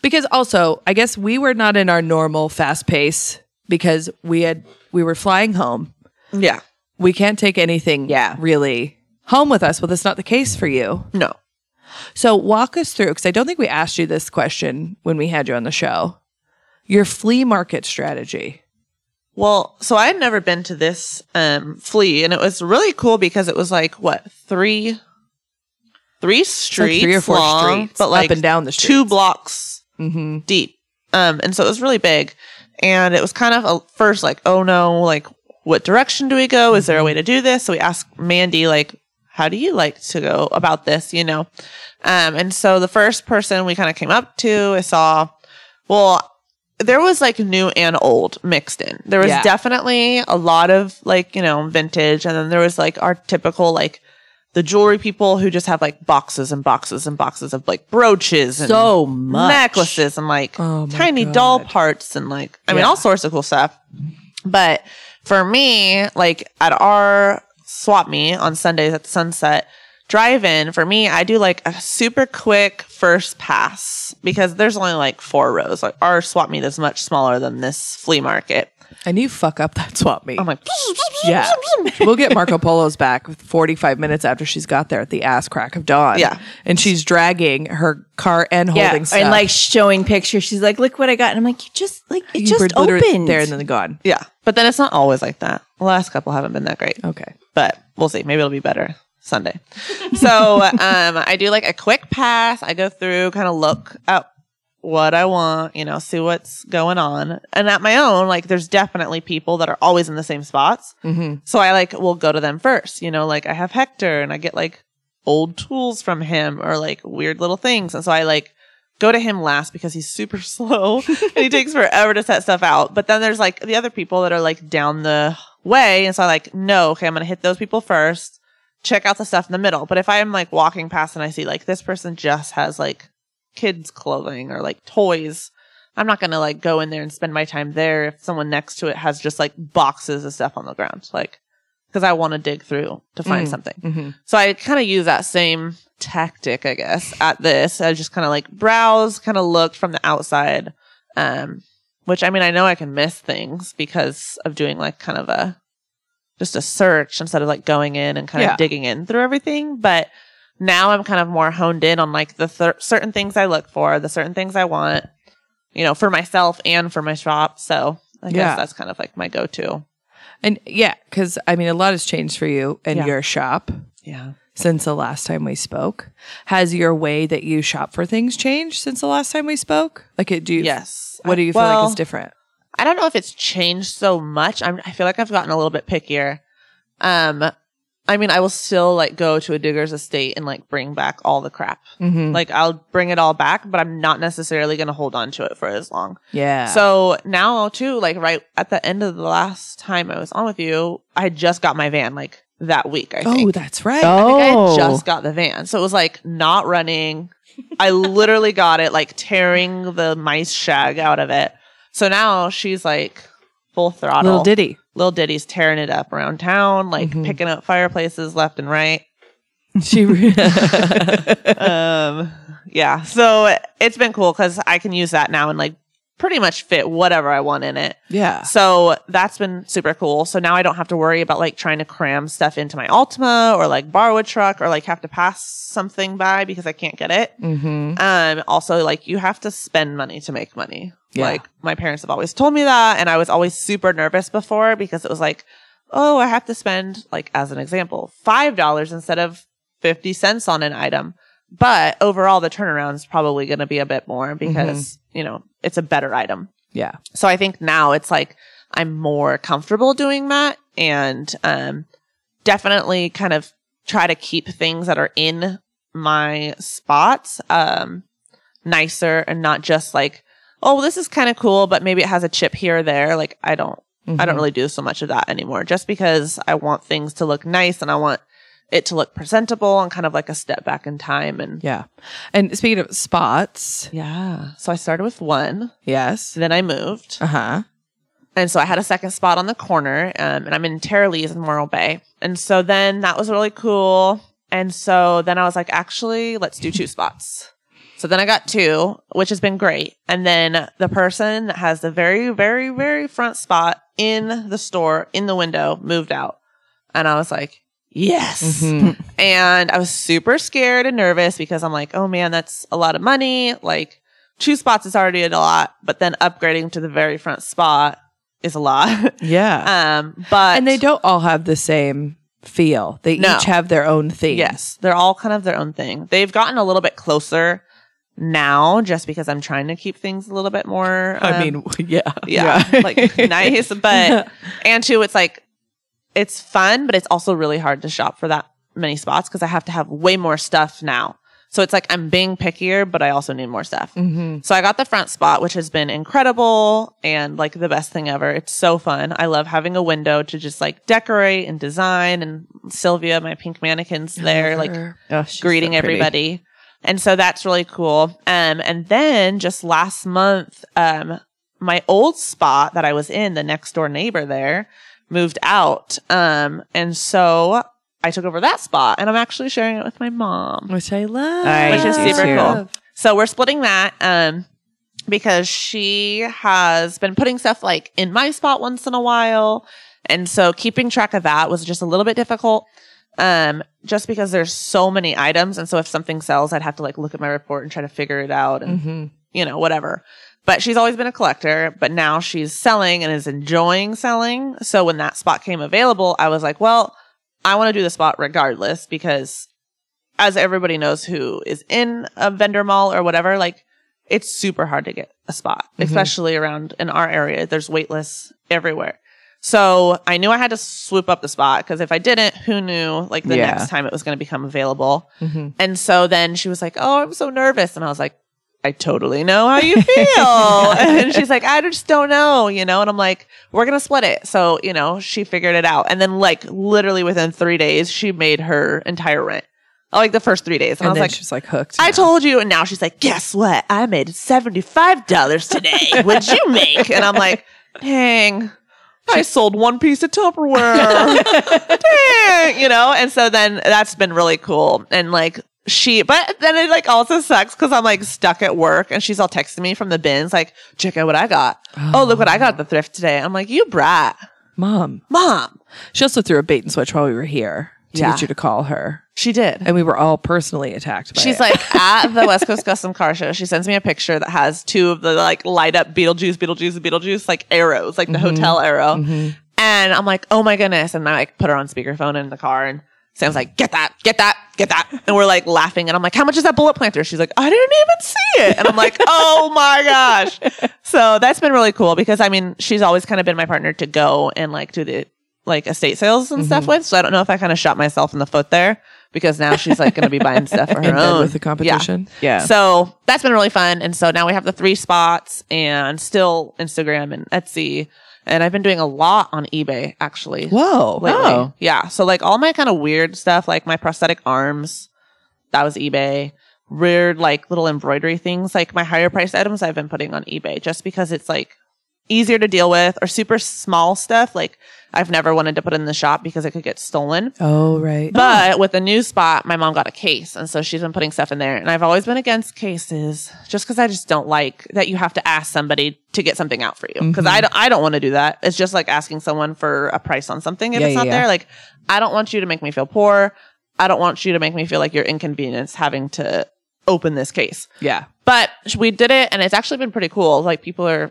S2: because also I guess we were not in our normal fast pace because we had we were flying home.
S4: Yeah.
S2: We can't take anything,
S3: Yeah.
S2: really home with us. Well, that's not the case for you.
S4: No.
S2: So walk us through because I don't think we asked you this question when we had you on the show. Your flea market strategy.
S4: Well, so I had never been to this um flea and it was really cool because it was like what, three three
S2: It's like
S4: streets.
S2: three or four
S4: long,
S2: streets,
S4: But like
S2: up and down the street.
S4: two blocks
S2: Mm-hmm.
S4: deep. Um, and so it was really big. And it was kind of a first like, oh no, like what direction do we go? Is
S3: Mm-hmm.
S4: there a way to do this? So we asked Mandy, like, how do you like to go about this? You know? Um, and so the first person we kind of came up to, I saw, well, there was like new and old mixed in. There was
S3: Yeah.
S4: definitely a lot of like, you know, vintage. And then there was like our typical, like the jewelry people who just have like boxes and boxes and boxes of like brooches and
S3: so Oh, much.
S4: necklaces and like
S2: Oh my
S4: tiny
S2: God.
S4: doll parts and like I mean
S3: Yeah.
S4: all sorts of cool stuff. But for me, like at our swap me on Sundays at the sunset drive in, for me, I do like a super quick first pass because there's only like four rows. Like our swap meet is much smaller than this flea market.
S2: And you fuck up that swap
S3: Oh
S2: meet.
S4: I'm like
S2: yeah. we'll get Marco Polo's back 45 minutes after she's got there at the ass crack of dawn.
S4: Yeah.
S2: And she's dragging her car and
S3: Yeah,
S2: holding stuff.
S3: and like showing pictures. She's like, "Look what I got," and I'm like, "You just like it
S2: You
S3: just
S2: were literally
S3: opened."
S2: There and then gone.
S4: Yeah. But then it's not always like that. The last couple haven't been that great.
S2: Okay.
S4: but we'll see. Maybe it'll be better Sunday. So um, I do like a quick pass. I go through, kind of look at what I want, you know, see what's going on. And at my own, like, there's definitely people that are always in the same spots.
S2: Mm-hmm.
S4: So I like will go to them first. You know, like I have Hector and I get like old tools from him or like weird little things. And so I like go to him last because he's super slow and he takes forever to set stuff out. But then there's like the other people that are like down the way. And so I like, no, okay, I'm going to hit those people first, check out the stuff in the middle. But if I am like walking past and I see like this person just has like kids' clothing or like toys. I'm not gonna like go in there and spend my time there if someone next to it has just like boxes of stuff on the ground, like because I want to dig through to find
S2: Mm.
S4: something.
S2: Mm-hmm.
S4: So I kind of use that same tactic, I guess, at this. I just kind of like browse, kind of looked from the outside, um, which I mean, I know I can miss things because of doing like kind of a just a search instead of like going in and kind
S2: Yeah.
S4: of digging in through everything. But now I'm kind of more honed in on like the th- certain things I look for, the certain things I want, you know, for myself and for my shop. So I
S2: Yeah.
S4: guess that's kind of like my go to.
S2: And yeah, because I mean, a lot has changed for you and
S4: Yeah.
S2: your shop
S4: Yeah.
S2: since the last time we spoke. Has your way that you shop for things changed since the last time we spoke? Like, it, do you,
S4: Yes.
S2: What do you feel like
S4: Well,
S2: is different?
S4: I don't know if it's changed so much. I'm, I feel like I've gotten a little bit pickier. Um, I mean, I will still like go to a digger's estate and like bring back all the crap.
S2: Mm-hmm.
S4: Like I'll bring it all back, but I'm not necessarily going to hold on to it for as long.
S2: Yeah.
S4: So now too, like right at the end of the last time I was on with you, I had just got my van like that week. I think.
S2: oh, that's right.
S4: I think I
S3: Oh.
S4: had just got the van. So it was like not running. I literally got it like tearing the mice shag out of it. So now she's like full throttle.
S2: Little Diddy.
S4: Lil Diddy's tearing it up around town, like
S2: Mhm.
S4: picking up fireplaces left and right.
S2: She
S4: um, yeah. So it's been cool because I can use that now and like pretty much fit whatever I want in it.
S2: yeah.
S4: So that's been super cool. So now I don't have to worry about like trying to cram stuff into my Altima or like borrow a truck or like have to pass something by because I can't get it.
S2: Mm-hmm.
S4: Um, also like you have to spend money to make money.
S2: Yeah.
S4: Like my parents have always told me that. And I was always super nervous before because it was like, Oh, I have to spend like, as an example, $5 instead of 50 cents on an item. But overall, the turnaround is probably going to be a bit more because,
S2: Mm-hmm.
S4: you know, it's a better item.
S2: Yeah.
S4: So I think now it's like I'm more comfortable doing that and um definitely kind of try to keep things that are in my spots um nicer and not just like oh this is kind of cool but maybe it has a chip here or there like I don't I don't really do so much of that anymore just because I want things to look nice and I want it to look presentable and kind of like a step back in time and
S2: Yeah. And speaking of spots,
S4: yeah so I started with one
S2: yes.
S4: then I moved
S2: Uh huh.
S4: And so I had a second spot on the corner, um, and I'm in Terralees in Morro Bay. And so then that was really cool. And so then I was like, actually, let's do two spots. So then I got two, which has been great. And then the person that has the very, very, very front spot in the store, in the window, moved out. And I was like, yes.
S2: Mm-hmm.
S4: And I was super scared and nervous because I'm like, oh man, that's a lot of money. Like two spots is already a lot, but then upgrading to the very front spot is a lot.
S2: Yeah.
S4: um, but
S2: and they don't all have the same feel. They
S4: No.
S2: each have their own theme.
S4: Yes, they're all kind of their own thing. They've gotten a little bit closer now, just because I'm trying to keep things a little bit more.
S2: I
S4: um,
S2: mean, yeah.
S4: yeah, like nice, but and two, it's like it's fun, but it's also really hard to shop for that many spots because I have to have way more stuff now. So it's like I'm being pickier, but I also need more stuff. So I got the front spot, which has been incredible and like the best thing ever. It's so fun. I love having a window to just like decorate and design. And Sylvia, my pink mannequin's there, like
S3: Oh, she's so
S4: greeting
S3: pretty.
S4: everybody. And so that's really cool. Um, and then just last month, um, my old spot that I was in, the next door neighbor there, moved out. Um, and so I took over that spot and I'm actually sharing it with my mom.
S2: which I love,
S3: I
S4: Which is
S3: do
S4: super
S3: too.
S4: cool. So we're splitting that. Um, because she has been putting stuff like in my spot once in a while. And so keeping track of that was just a little bit difficult. Um, just because there's so many items. And so if something sells, I'd have to like look at my report and try to figure it out and,
S2: Mm-hmm.
S4: you know, whatever. But she's always been a collector, but now she's selling and is enjoying selling. So when that spot came available, I was like, well, I want to do the spot regardless because as everybody knows who is in a vendor mall or whatever, like it's super hard to get a spot, especially around in our area. There's wait lists everywhere. So I knew I had to swoop up the spot because if I didn't, who knew like the
S3: Yeah.
S4: next time it was going to become available.
S2: Mm-hmm.
S4: And so then she was like, Oh, I'm so nervous. And I was like, I totally know how you feel. and she's like, I just don't know, you know? And I'm like, we're going to split it. So, you know, she figured it out. And then, like, literally within three days, she made her entire rent, like the first three days. And,
S2: and
S4: I was
S2: then
S4: like,
S2: she's like hooked.
S4: I told you. And now she's like, guess what? I made $75 today. What'd you make? And I'm like, dang, I sold one piece of Tupperware. dang, you know? And so then that's been really cool. And like, she, but then it like also sucks because I'm like stuck at work and she's all texting me from the bins, like, check out what I got. Oh, look what I got at the thrift today. I'm like, you brat,
S2: mom.
S4: mom.
S2: She also threw a bait and switch while we were here to
S4: Yeah.
S2: get you to call her,
S4: She did.
S2: and we were all personally attacked. By
S4: She's
S2: it.
S4: like at the West Coast Custom Car Show. She sends me a picture that has two of the like light up Beetlejuice, Beetlejuice, Beetlejuice like arrows, like the hotel arrow. And I'm like, oh my goodness! And I like put her on speakerphone in the car, and Sam's like, get that, get that, get that, and we're like laughing. And I'm like, how much is that bullet planter? She's like, I didn't even see it. And I'm like, oh my gosh! So that's been really cool because I mean, she's always kind of been my partner to go and like do the like estate sales and
S2: Mm-hmm.
S4: stuff with. So I don't know if I kind of shot myself in the foot there because now she's like going to be buying stuff for her
S2: in bed
S4: own
S2: with the
S4: Yeah.
S2: competition.
S3: Yeah.
S4: So that's been really fun. And so now we have the three spots and still Instagram and Etsy. And I've been doing a lot on eBay actually.
S2: Whoa!
S4: Lately.
S3: Oh.
S4: Yeah. So like all my kind of weird stuff, like my prosthetic arms, that was eBay. Weird like little embroidery things, like my higher priced items I've been putting on eBay just because it's like easier to deal with or super small stuff. Like I've never wanted to put in the shop because it could get stolen.
S2: Oh right.
S4: But with a new spot, my mom got a case. And so she's been putting stuff in there. And I've always been against cases just because I just don't like that you have to ask somebody to get something out for you. Because
S2: Mm-hmm.
S4: I don't, I don't want to do that. It's just like asking someone for a price on something if
S2: Yeah,
S4: it's
S2: yeah,
S4: not
S2: yeah.
S4: there. Like, I don't want you to make me feel poor. I don't want you to make me feel like you're inconvenienced having to open this case.
S2: yeah.
S4: But we did it and it's actually been pretty cool. Like, people are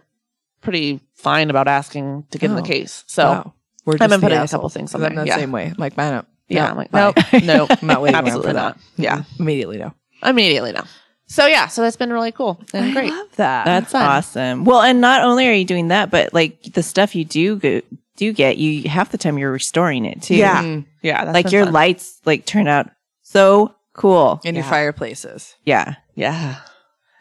S4: pretty fine about asking to get in
S2: Oh.
S4: the case. So.
S2: wow. We're
S4: I've been
S2: the
S4: putting a
S2: asshole.
S4: couple things on
S2: 'Cause I'm
S4: there,
S2: the
S4: yeah.
S2: same way. I'm like, man up.
S4: Yeah,
S2: No,
S4: I'm like,
S2: bye.
S4: no, no,
S2: I'm not waiting around
S4: absolutely
S2: for that.
S4: not. Yeah.
S2: Immediately, no.
S4: immediately now. So yeah, so that's been really cool and great.
S2: I love that.
S3: That's
S4: fun.
S3: awesome. Well, and not only are you doing that, but like the stuff you do go, do get, you half the time you're restoring it too.
S4: Yeah,
S2: Mhm.
S4: yeah, that's
S3: like
S4: been
S3: your
S4: fun.
S3: lights like turn out so cool.
S2: and your
S4: Yeah.
S2: fireplaces.
S3: Yeah.
S4: Yeah,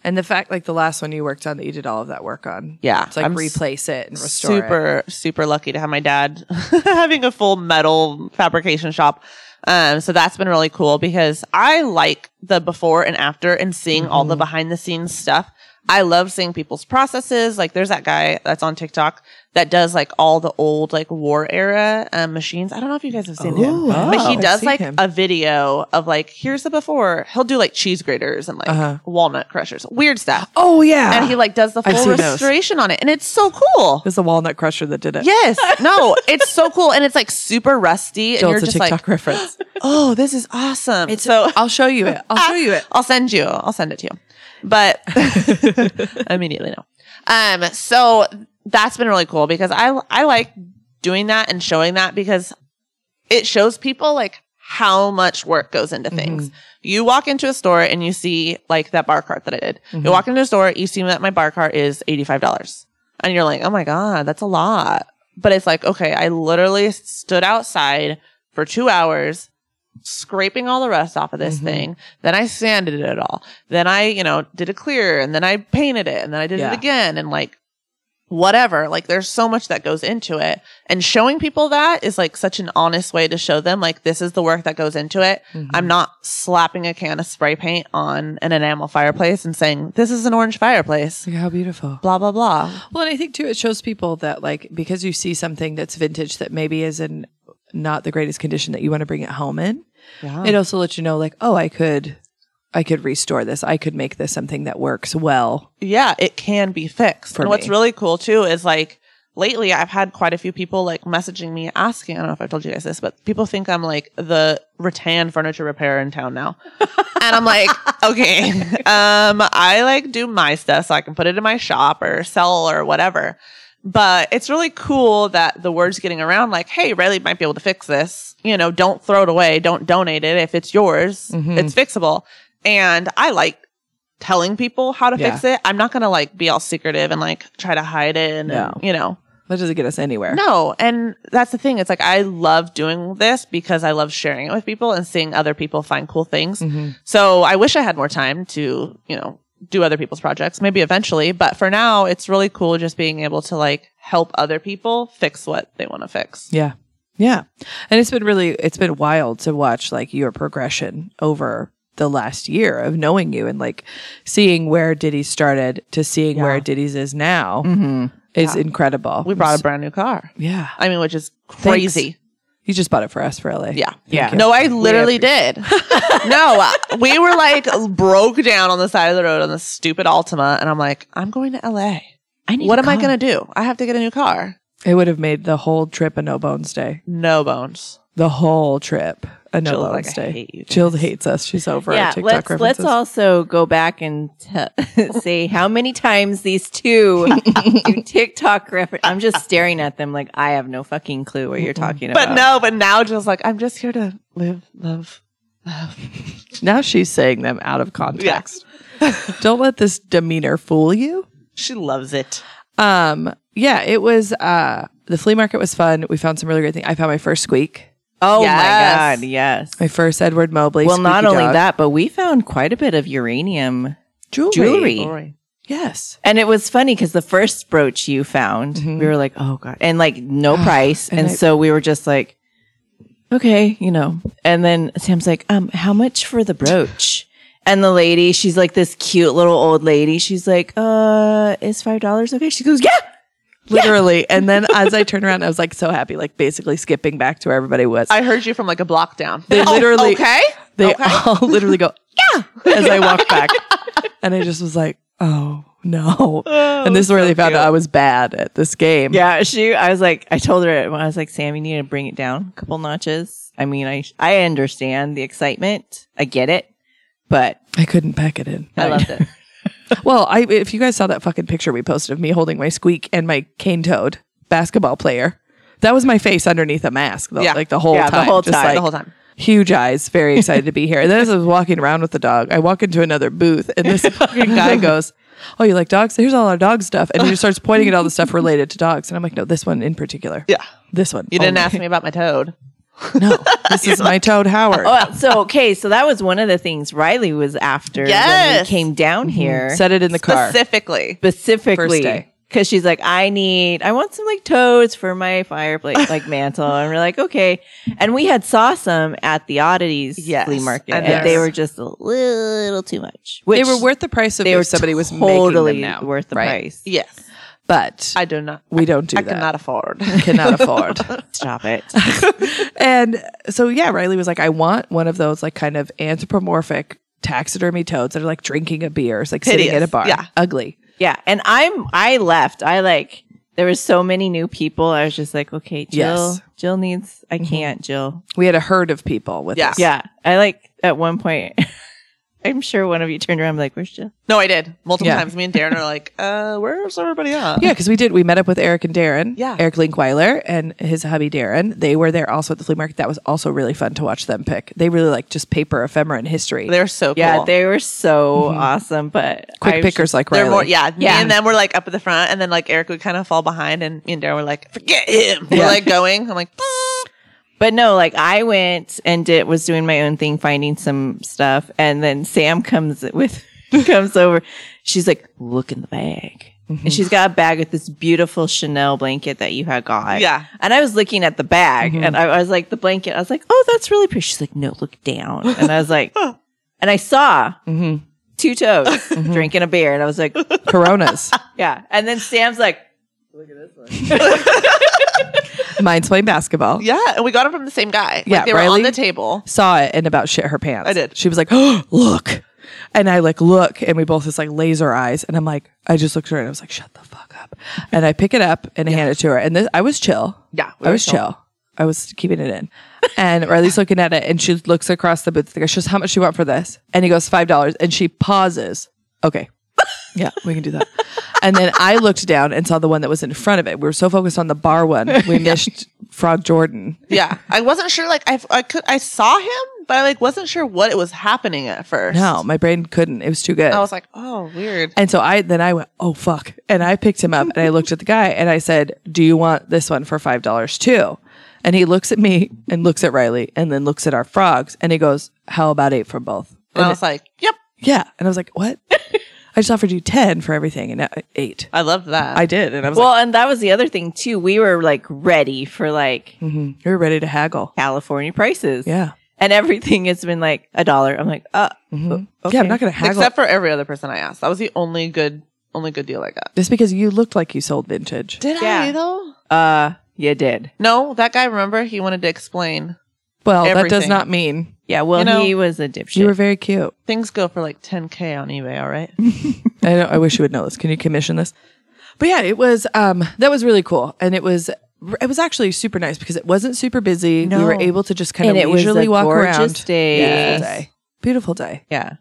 S2: And the fact, like the last one you worked on, that you did all of that work on.
S4: yeah.
S2: It's like
S4: I'm
S2: replace it and restore it.
S4: super super lucky to have my dad having a full metal fabrication shop. Um, so that's been really cool because I like the before and after and seeing all
S2: Mm-hmm.
S4: the behind the scenes stuff. I love seeing people's processes. Like there's that guy that's on TikTok that does like all the old like war era um, machines. I don't know if you guys have seen him.
S2: Ooh, I
S4: but
S2: don't
S4: he
S2: think Oh, I've
S4: does
S2: seen
S4: like
S2: him.
S4: a video of like here's the before. He'll do like cheese graters and like
S2: Uh-huh.
S4: walnut crushers, weird stuff.
S2: Oh yeah.
S4: And he like does the
S2: I've
S4: full
S2: seen those.
S4: restoration on it, and it's so cool.
S2: It was the walnut crusher that did it.
S4: Yes. No, it's so cool. And it's like super rusty. And
S2: Joel's
S4: you're
S2: a
S4: just
S2: TikTok
S4: like,
S2: reference.
S4: oh, this is awesome.
S2: It's
S4: so
S2: so I'll show you it. I'll show you it.
S4: I'll send you. I'll send it to you. But immediately no. Um, so that's been really cool because I I like doing that and showing that because it shows people like how much work goes into things.
S2: Mm-hmm.
S4: You walk into a store and you see like that bar cart that I did.
S2: Mm-hmm.
S4: You walk into a store, you see that my bar cart is $85. And you're like, oh my God, that's a lot. But it's like, okay, I literally stood outside for two hours, scraping all the rust off of this thing. Then I sanded it all. Then I, you know, did a clear and then I painted it and then I did
S2: Yeah.
S4: it again and like whatever. Like there's so much that goes into it. And showing people that is like such an honest way to show them like this is the work that goes into it. I'm not slapping a can of spray paint on an enamel fireplace and saying, this is an orange fireplace.
S2: Look at how beautiful.
S4: Blah, blah, blah.
S2: Well, and I think too, it shows people that like because you see something that's vintage that maybe is in not the greatest condition that you want to bring it home in. It also lets you know like, oh, I could, I could restore this. I could make this something that works well.
S4: yeah, it can be fixed.
S2: For
S4: and what's
S2: me.
S4: really cool too is like lately I've had quite a few people like messaging me asking, I don't know if I've told you guys this, but people think I'm like the rattan furniture repairer in town now. and I'm like, okay. Um, I like do my stuff so I can put it in my shop or sell or whatever. But it's really cool that the word's getting around like, hey, Riley might be able to fix this. You know, don't throw it away. Don't donate it. If it's yours,
S2: Mm-hmm.
S4: it's fixable. And I like telling people how to
S2: Yeah.
S4: fix it. I'm not going to like be all secretive and like try to hide it and,
S2: No.
S4: you know,
S2: That doesn't get us anywhere.
S4: no, and that's the thing. It's like I love doing this because I love sharing it with people and seeing other people find cool things. So I wish I had more time to, you know, do other people's projects, maybe eventually. But for now, it's really cool just being able to like help other people fix what they want to fix.
S2: Yeah. Yeah. And it's been really it's been wild to watch like your progression over the last year of knowing you and like seeing where Diddy started to seeing where Diddy's is now is incredible.
S4: Mm-hmm. We brought a brand new car.
S2: Yeah.
S4: I mean, which is crazy.
S2: You just bought it for us, really.
S4: Yeah.
S2: Yeah.
S4: No, I literally did. no, uh, we were like broke down on the side of the road on this stupid Altima. And I'm like, I'm going to LA.
S3: I need
S4: What
S3: a
S4: am I
S3: car.
S4: going to do? I have to get a new car.
S2: It would have made the whole trip a no bones day.
S4: No bones.
S2: The whole trip a no
S4: Jill,
S2: bones
S4: like, I
S2: day.
S4: hate you
S2: Jill hates us. She's over our
S3: yeah,
S2: TikTok
S3: let's let's
S2: references.
S3: also go back and t- say how many times these two do TikTok reference. I'm just staring at them like I have no fucking clue what you're talking about.
S4: But no, but now Jill's like, I'm just here to live, love.
S2: now she's saying them out of context. Don't let this demeanor fool you.
S4: She loves it.
S2: Um, yeah, it was uh the flea market was fun. We found some really great things. I found my first squeak,
S3: oh
S4: Yes.
S3: my god, yes.
S2: my first Edward Mobley.
S3: Well, not
S2: squeaky
S3: only
S2: dog.
S3: that, but we found quite a bit of uranium
S2: jewelry.
S3: jewelry.
S2: Yes.
S3: And it was funny because the first brooch you found, we were like, oh God. And like no price. and
S2: And I-
S3: so we were just like, okay, you know. And then Sam's like, um, how much for the brooch? And the lady, she's like this cute little old lady. She's like, uh, is five dollars okay? She goes, Yeah.
S2: Literally. And then as I turned around, I was like so happy, like basically skipping back to where everybody was.
S4: I heard you from like a block down.
S2: They
S4: Oh,
S2: literally-
S4: okay.
S2: they all literally go, yeah, as I walked back. and I just was like, oh no. and this is where they found out I was bad at this game.
S3: Yeah, she I was like, I told her when I was like, Sam, you need to bring it down a couple notches. I mean, I I understand the excitement. I get it. But
S2: I couldn't pack it in.
S3: I loved it.
S2: Well, I if you guys saw that fucking picture we posted of me holding my squeak and my cane toad basketball player, that was my face underneath a mask. The,
S4: Yeah.
S2: Like the whole
S3: Yeah, the
S2: time.
S3: whole
S2: just
S3: time.
S2: like
S4: The whole time.
S2: Huge eyes, very excited to be here. And then as I was walking around with the dog, I walk into another booth and this fucking guy goes, Oh, you like dogs? Here's all our dog stuff. And he just starts pointing at all the stuff related to dogs. And I'm like, No, this one in particular.
S4: Yeah.
S2: This one.
S4: You didn't
S2: only."
S4: ask me about my toad.
S2: No, this is my toad Howard.
S3: Well, so okay, so that was one of the things Riley was after when
S4: Yes.
S3: we came down here
S2: Set Mm-hmm. it in the car.
S4: Specifically.
S2: First
S3: specifically
S2: day.
S3: because she's like, I need, I want some like toads for my fireplace, like mantle, and we're like, okay. And we had saw some at the oddities
S4: Yes.
S3: flea market,
S4: And
S3: and,
S4: yes.
S3: they were just a little too much. Which
S2: They were worth the price of
S3: they
S2: if
S3: were
S2: somebody was
S3: totally
S2: making them now,
S3: worth the
S2: right?
S3: price.
S4: Yes.
S2: But
S4: I do not.
S2: we don't do
S4: I
S2: that.
S4: cannot afford.
S2: cannot afford.
S3: Stop it.
S2: And so yeah, Riley was like, I want one of those like kind of anthropomorphic taxidermy toads that are like drinking a beer, it's like sitting
S4: Hideous.
S2: at a bar.
S4: Yeah.
S2: Ugly.
S3: yeah, and I'm, I left. I like. There were so many new people. I was just like, okay, Jill.
S2: Yes. Mm-hmm.
S3: Jill needs. I can't, Jill.
S2: We had a herd of people with
S4: Yeah.
S2: us.
S3: Yeah. I like at one point, I'm sure one of you turned around and like, where's Jill?
S4: no, I did multiple
S2: Yeah.
S4: times. Me and Darren are like, uh, where's everybody at?
S2: Yeah, because we did. We met up with Eric and Darren.
S4: Yeah.
S2: Eric Linkweiler and his hubby Darren. They were there also at the flea market. That was also really fun to watch them pick. They really like just paper, ephemera, and history.
S4: They're so cool.
S3: Yeah, they were so awesome. But
S2: quick
S3: I was
S2: pickers like Riley.
S4: They're more, yeah. Me
S3: Yeah.
S4: and them were like up at the front, and then like Eric would kind of fall behind, and me and Darren were like, "Forget him." We're like going. I'm like, "Pfft."
S3: just- But no, like I went and did was doing my own thing, finding some stuff, and then Sam comes with comes over. She's like, "Look in the bag," and she's got a bag with this beautiful Chanel blanket that you had got.
S4: Yeah.
S3: and I was looking at the bag, and I, I was like, "The blanket." I was like, "Oh, that's really pretty." She's like, "No, look down," and I was like, and I saw two toes drinking a beer, and I was like,
S2: Coronas.
S3: "Yeah," and then Sam's like.
S2: Mine's playing basketball.
S4: Yeah, and we got them from the same guy. Like,
S2: Yeah,
S4: they were
S2: Riley.
S4: on the table.
S2: Saw it and about shit her pants.
S4: I did.
S2: She was like, oh, look. And I like look and we both just like laser eyes. And I'm like, I just looked at her and I was like, shut the fuck up. And I pick it up and I hand it to her. And this, I was chill.
S4: Yeah, we
S2: I
S4: were
S2: was chill. I was keeping it in. And Riley's looking at it and she looks across the booth. The guy, she goes, how much do you want for this? And he goes, $5. And she pauses. Okay. Yeah, we can do that. and then I looked down and saw the one that was in front of it. We were so focused on the bar one, we missed Fraud Jordan.
S4: Yeah, I wasn't sure. Like I, I could, I saw him, but I like wasn't sure what it was happening at first.
S2: No, my brain couldn't. It was too good.
S4: I was like, oh, weird.
S2: and so I then I went, oh fuck. And I picked him up and I looked at the guy and I said, Do you want this one for five dollars too? And he looks at me and looks at Riley and then looks at our frogs and he goes, How about eight for both?
S4: And I was like, yep,
S2: Yeah. And I was like, What? I just offered you ten for everything and now eight.
S4: I loved that.
S2: I did. And I was
S3: Well, and that was the other thing too. We were like ready for like
S2: like, "Mhm, You're ready to haggle.
S3: California prices.
S2: Yeah.
S3: And everything has been like a dollar. I'm like, uh,
S2: Mm-hmm. Yeah, I'm not gonna haggle.
S4: except for every other person I asked. That was the only good, only good deal I got.
S2: just because you looked like you sold vintage.
S4: Did
S3: Yeah.
S4: I though?
S3: uh, you did.
S4: No, that guy. Remember, he wanted to explain.
S2: Well, that does
S4: Everything.
S2: not mean
S3: Yeah. Well,
S4: You know,
S3: he was a dipshit.
S2: you were very cute.
S4: Things go for like 10k on eBay. All right.
S2: I, don't, I wish you would know this. Can you commission this? But yeah, it was um that was really cool, and it was it was actually super nice because it wasn't super busy. We were
S3: No.
S2: able to just kind
S3: and
S2: of
S3: it was
S2: leisurely
S3: a
S2: walk
S3: gorgeous
S2: around.
S3: Day.
S2: Beautiful day, beautiful day.
S3: Yeah.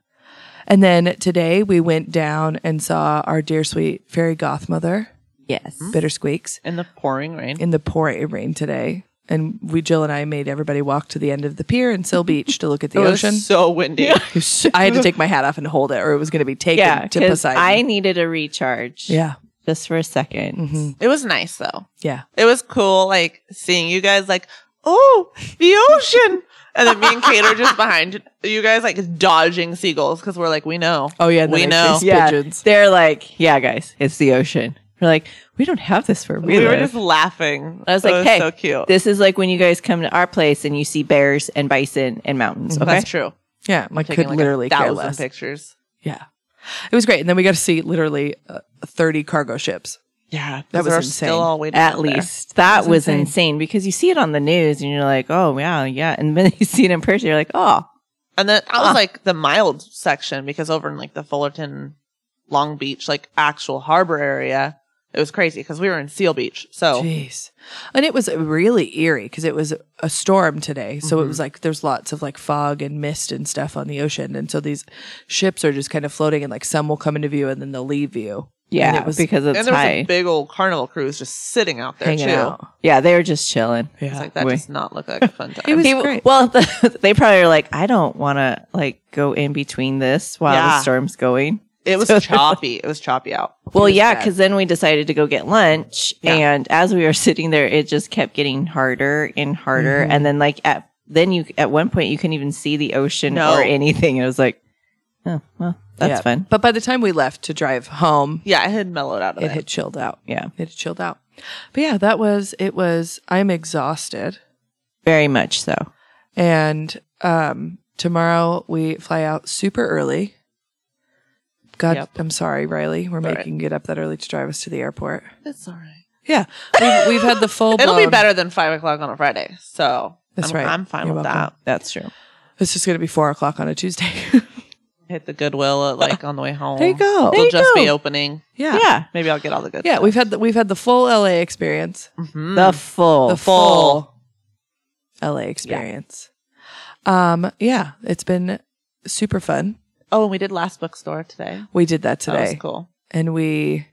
S2: And then today we went down and saw our dear sweet fairy goth mother,
S3: Yes.
S2: Bitter Squeaks,
S4: In the pouring rain.
S2: in the pouring rain today. And we, Jill and I, made everybody walk to the end of the pier in Sill Beach to look at the
S4: it
S2: ocean.
S4: was so windy.
S2: It was so- I had to take my hat off and hold it, or it was going to be taken
S3: Yeah.
S2: to
S3: 'cause
S2: Poseidon.
S3: I needed a recharge.
S2: yeah, Mm-hmm.
S3: Just for a 2nd
S4: It was nice though.
S2: yeah.
S4: It was cool, like seeing you guys like, oh, the ocean. And then me and Kate are just behind you guys, like dodging seagulls because we're like, we know.
S2: Oh yeah, and then
S4: we
S2: I
S4: know.
S2: faced-
S3: Yeah.
S2: Pigeons.
S3: They're like, yeah, guys, it's the ocean. We're like, we don't have this where we,
S4: We were
S3: live.
S4: just laughing.
S3: I was
S4: It
S3: like, hey,
S4: so cute.
S3: this is like when you guys come to our place and you see bears and bison and
S2: Mm-hmm.
S3: mountains. Okay.
S4: That's true.
S2: Yeah, I
S4: Taking
S2: could literally
S4: like literally a
S2: care
S4: thousand
S2: less.
S4: pictures.
S2: Yeah, it was great, and then we got to see literally uh, thirty cargo ships.
S4: Yeah,
S2: That was
S4: we're
S2: insane.
S4: Still all waiting
S3: At
S4: out there.
S3: least that
S2: was
S3: was,
S2: insane.
S3: insane. because you see it on the news and you're like, oh wow, yeah, and then you see it in person, you're like, oh,
S4: And then
S2: Ah.
S4: I was like the mild section because over in like the Fullerton, Long Beach, like actual harbor area, it was crazy because we were in Seal Beach. So
S2: Jeez, and it was really eerie because it was a storm today, so it was like there's lots of like fog and mist and stuff on the ocean, and so these ships are just kind of floating, and like some will come into view and then they'll leave you.
S3: yeah,
S2: it was-
S3: because
S4: and
S3: it's
S4: there was
S3: high,
S4: a big old carnival cruise just sitting out there
S2: hanging
S4: too.
S2: out.
S3: yeah, they were just chilling.
S4: It's
S2: Yeah,
S4: like that
S3: we-
S4: does not look like a fun time.
S2: It was
S3: People-
S2: great.
S3: well, they probably are like, I don't want to like go in between this while
S4: Yeah.
S3: the storm's going.
S4: It was
S3: So-
S4: choppy. It was choppy out.
S3: Well,
S2: was
S3: yeah,
S2: bad.
S3: because then we decided to go get lunch, and as we were sitting there, it just kept getting harder and harder, and then like at then you at one point you couldn't even see the ocean
S4: No.
S3: or anything. It was like, oh well, that's
S2: Yeah.
S3: fun.
S2: But by the time we left to drive home,
S4: Yeah, it had mellowed out of
S2: it
S4: it.
S2: had chilled out.
S3: Yeah,
S2: It had chilled out. But yeah, that was it. Was I'm exhausted.
S3: very much so.
S2: And um, tomorrow we fly out super early. God,
S4: Yep.
S2: I'm sorry, Riley. We're
S4: all
S2: making you get up that early to drive us to the airport.
S4: It's all right.
S2: Yeah, we've, we've had the full.
S4: It'll be
S2: blown-
S4: better than five o'clock on a Friday. So
S2: That's
S4: I'm,
S2: right.
S4: I'm fine
S2: You're
S4: with
S2: welcome.
S3: That's true.
S2: It's just going to be four o'clock on a Tuesday.
S4: that. Hit the Goodwill at like on the way home.
S2: there you go.
S4: They'll
S3: you
S4: just be
S3: go.
S4: opening.
S2: yeah,
S3: Yeah,
S2: yeah.
S4: Maybe I'll get all the good.
S2: we've had the, we've had the full LA experience.
S4: hmm
S3: the full,
S2: the full LA experience. Um, yeah, it's been super fun.
S4: oh, and we did last bookstore today.
S2: We did that
S4: That was
S2: today,
S4: cool.
S2: and we.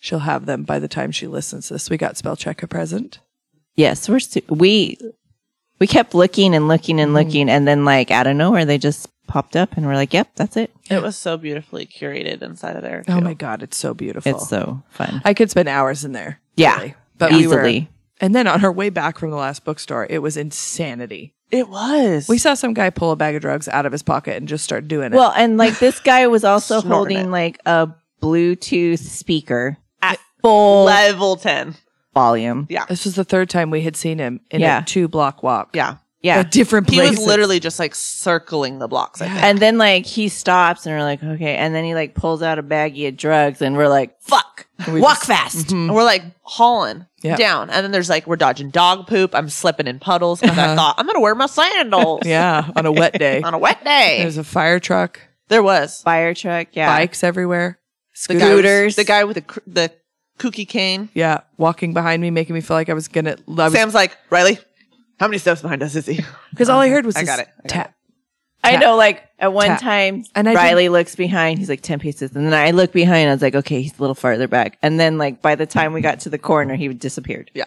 S2: She'll have them by the time she listens to this. We got spell check a present.
S3: Yes, we're su- we we kept looking and looking and
S4: Mm-hmm.
S3: looking, and then like out of nowhere, they just popped up, and we're like, yep, that's it.
S4: It was so beautifully curated inside of there.
S2: Oh
S4: too.
S2: my god, it's so beautiful.
S3: It's so fun.
S2: I could spend hours in there.
S3: Yeah,
S2: really. but
S3: easily.
S2: And then on her way back from the last bookstore, it was insanity.
S4: It was.
S2: We saw some guy pull a bag of drugs out of his pocket and just start doing it.
S3: Well, and like this guy was also
S4: Snorting
S3: holding
S4: it.
S3: like a Bluetooth speaker
S4: At
S3: full
S4: level 10.
S3: volume.
S2: this was the third time we had seen him in
S3: Yeah.
S2: a two block walk.
S4: Yeah.
S3: Yeah.
S2: At different
S4: He
S2: places.
S4: was literally just like circling the blocks. I think.
S3: And then like he stops and we're like, okay. And then he like pulls out a baggie of drugs and we're like, fuck,
S2: we
S3: walk
S2: just- Mm-hmm.
S3: fast.
S4: And we're like hauling
S2: Yeah.
S4: down. And then there's like, we're dodging dog poop. I'm slipping in puddles. And I thought, I'm going to wear my
S2: Uh-huh.
S4: sandals
S2: Yeah. On a wet day.
S4: on a wet day.
S2: There's a fire truck,
S4: there was.
S3: Fire truck. Yeah.
S2: bikes everywhere,
S4: The guy,
S3: Scooters.
S4: was, the guy with the, cr- the kooky cane.
S2: Yeah, walking behind me, making me feel like I was gonna. I was,
S4: Sam's like, Riley, how many steps behind us is he?
S2: because all I heard was
S4: I
S2: this
S4: got it. I got
S2: tap.
S3: I
S2: Tap.
S3: know, like at one
S2: Tap.
S3: time,
S2: And I didn't-
S3: Riley looks behind. He's like ten paces, and then I look behind. I was like, okay, he's a little farther back. And then, like by the time we got to the corner, he disappeared.
S4: yeah.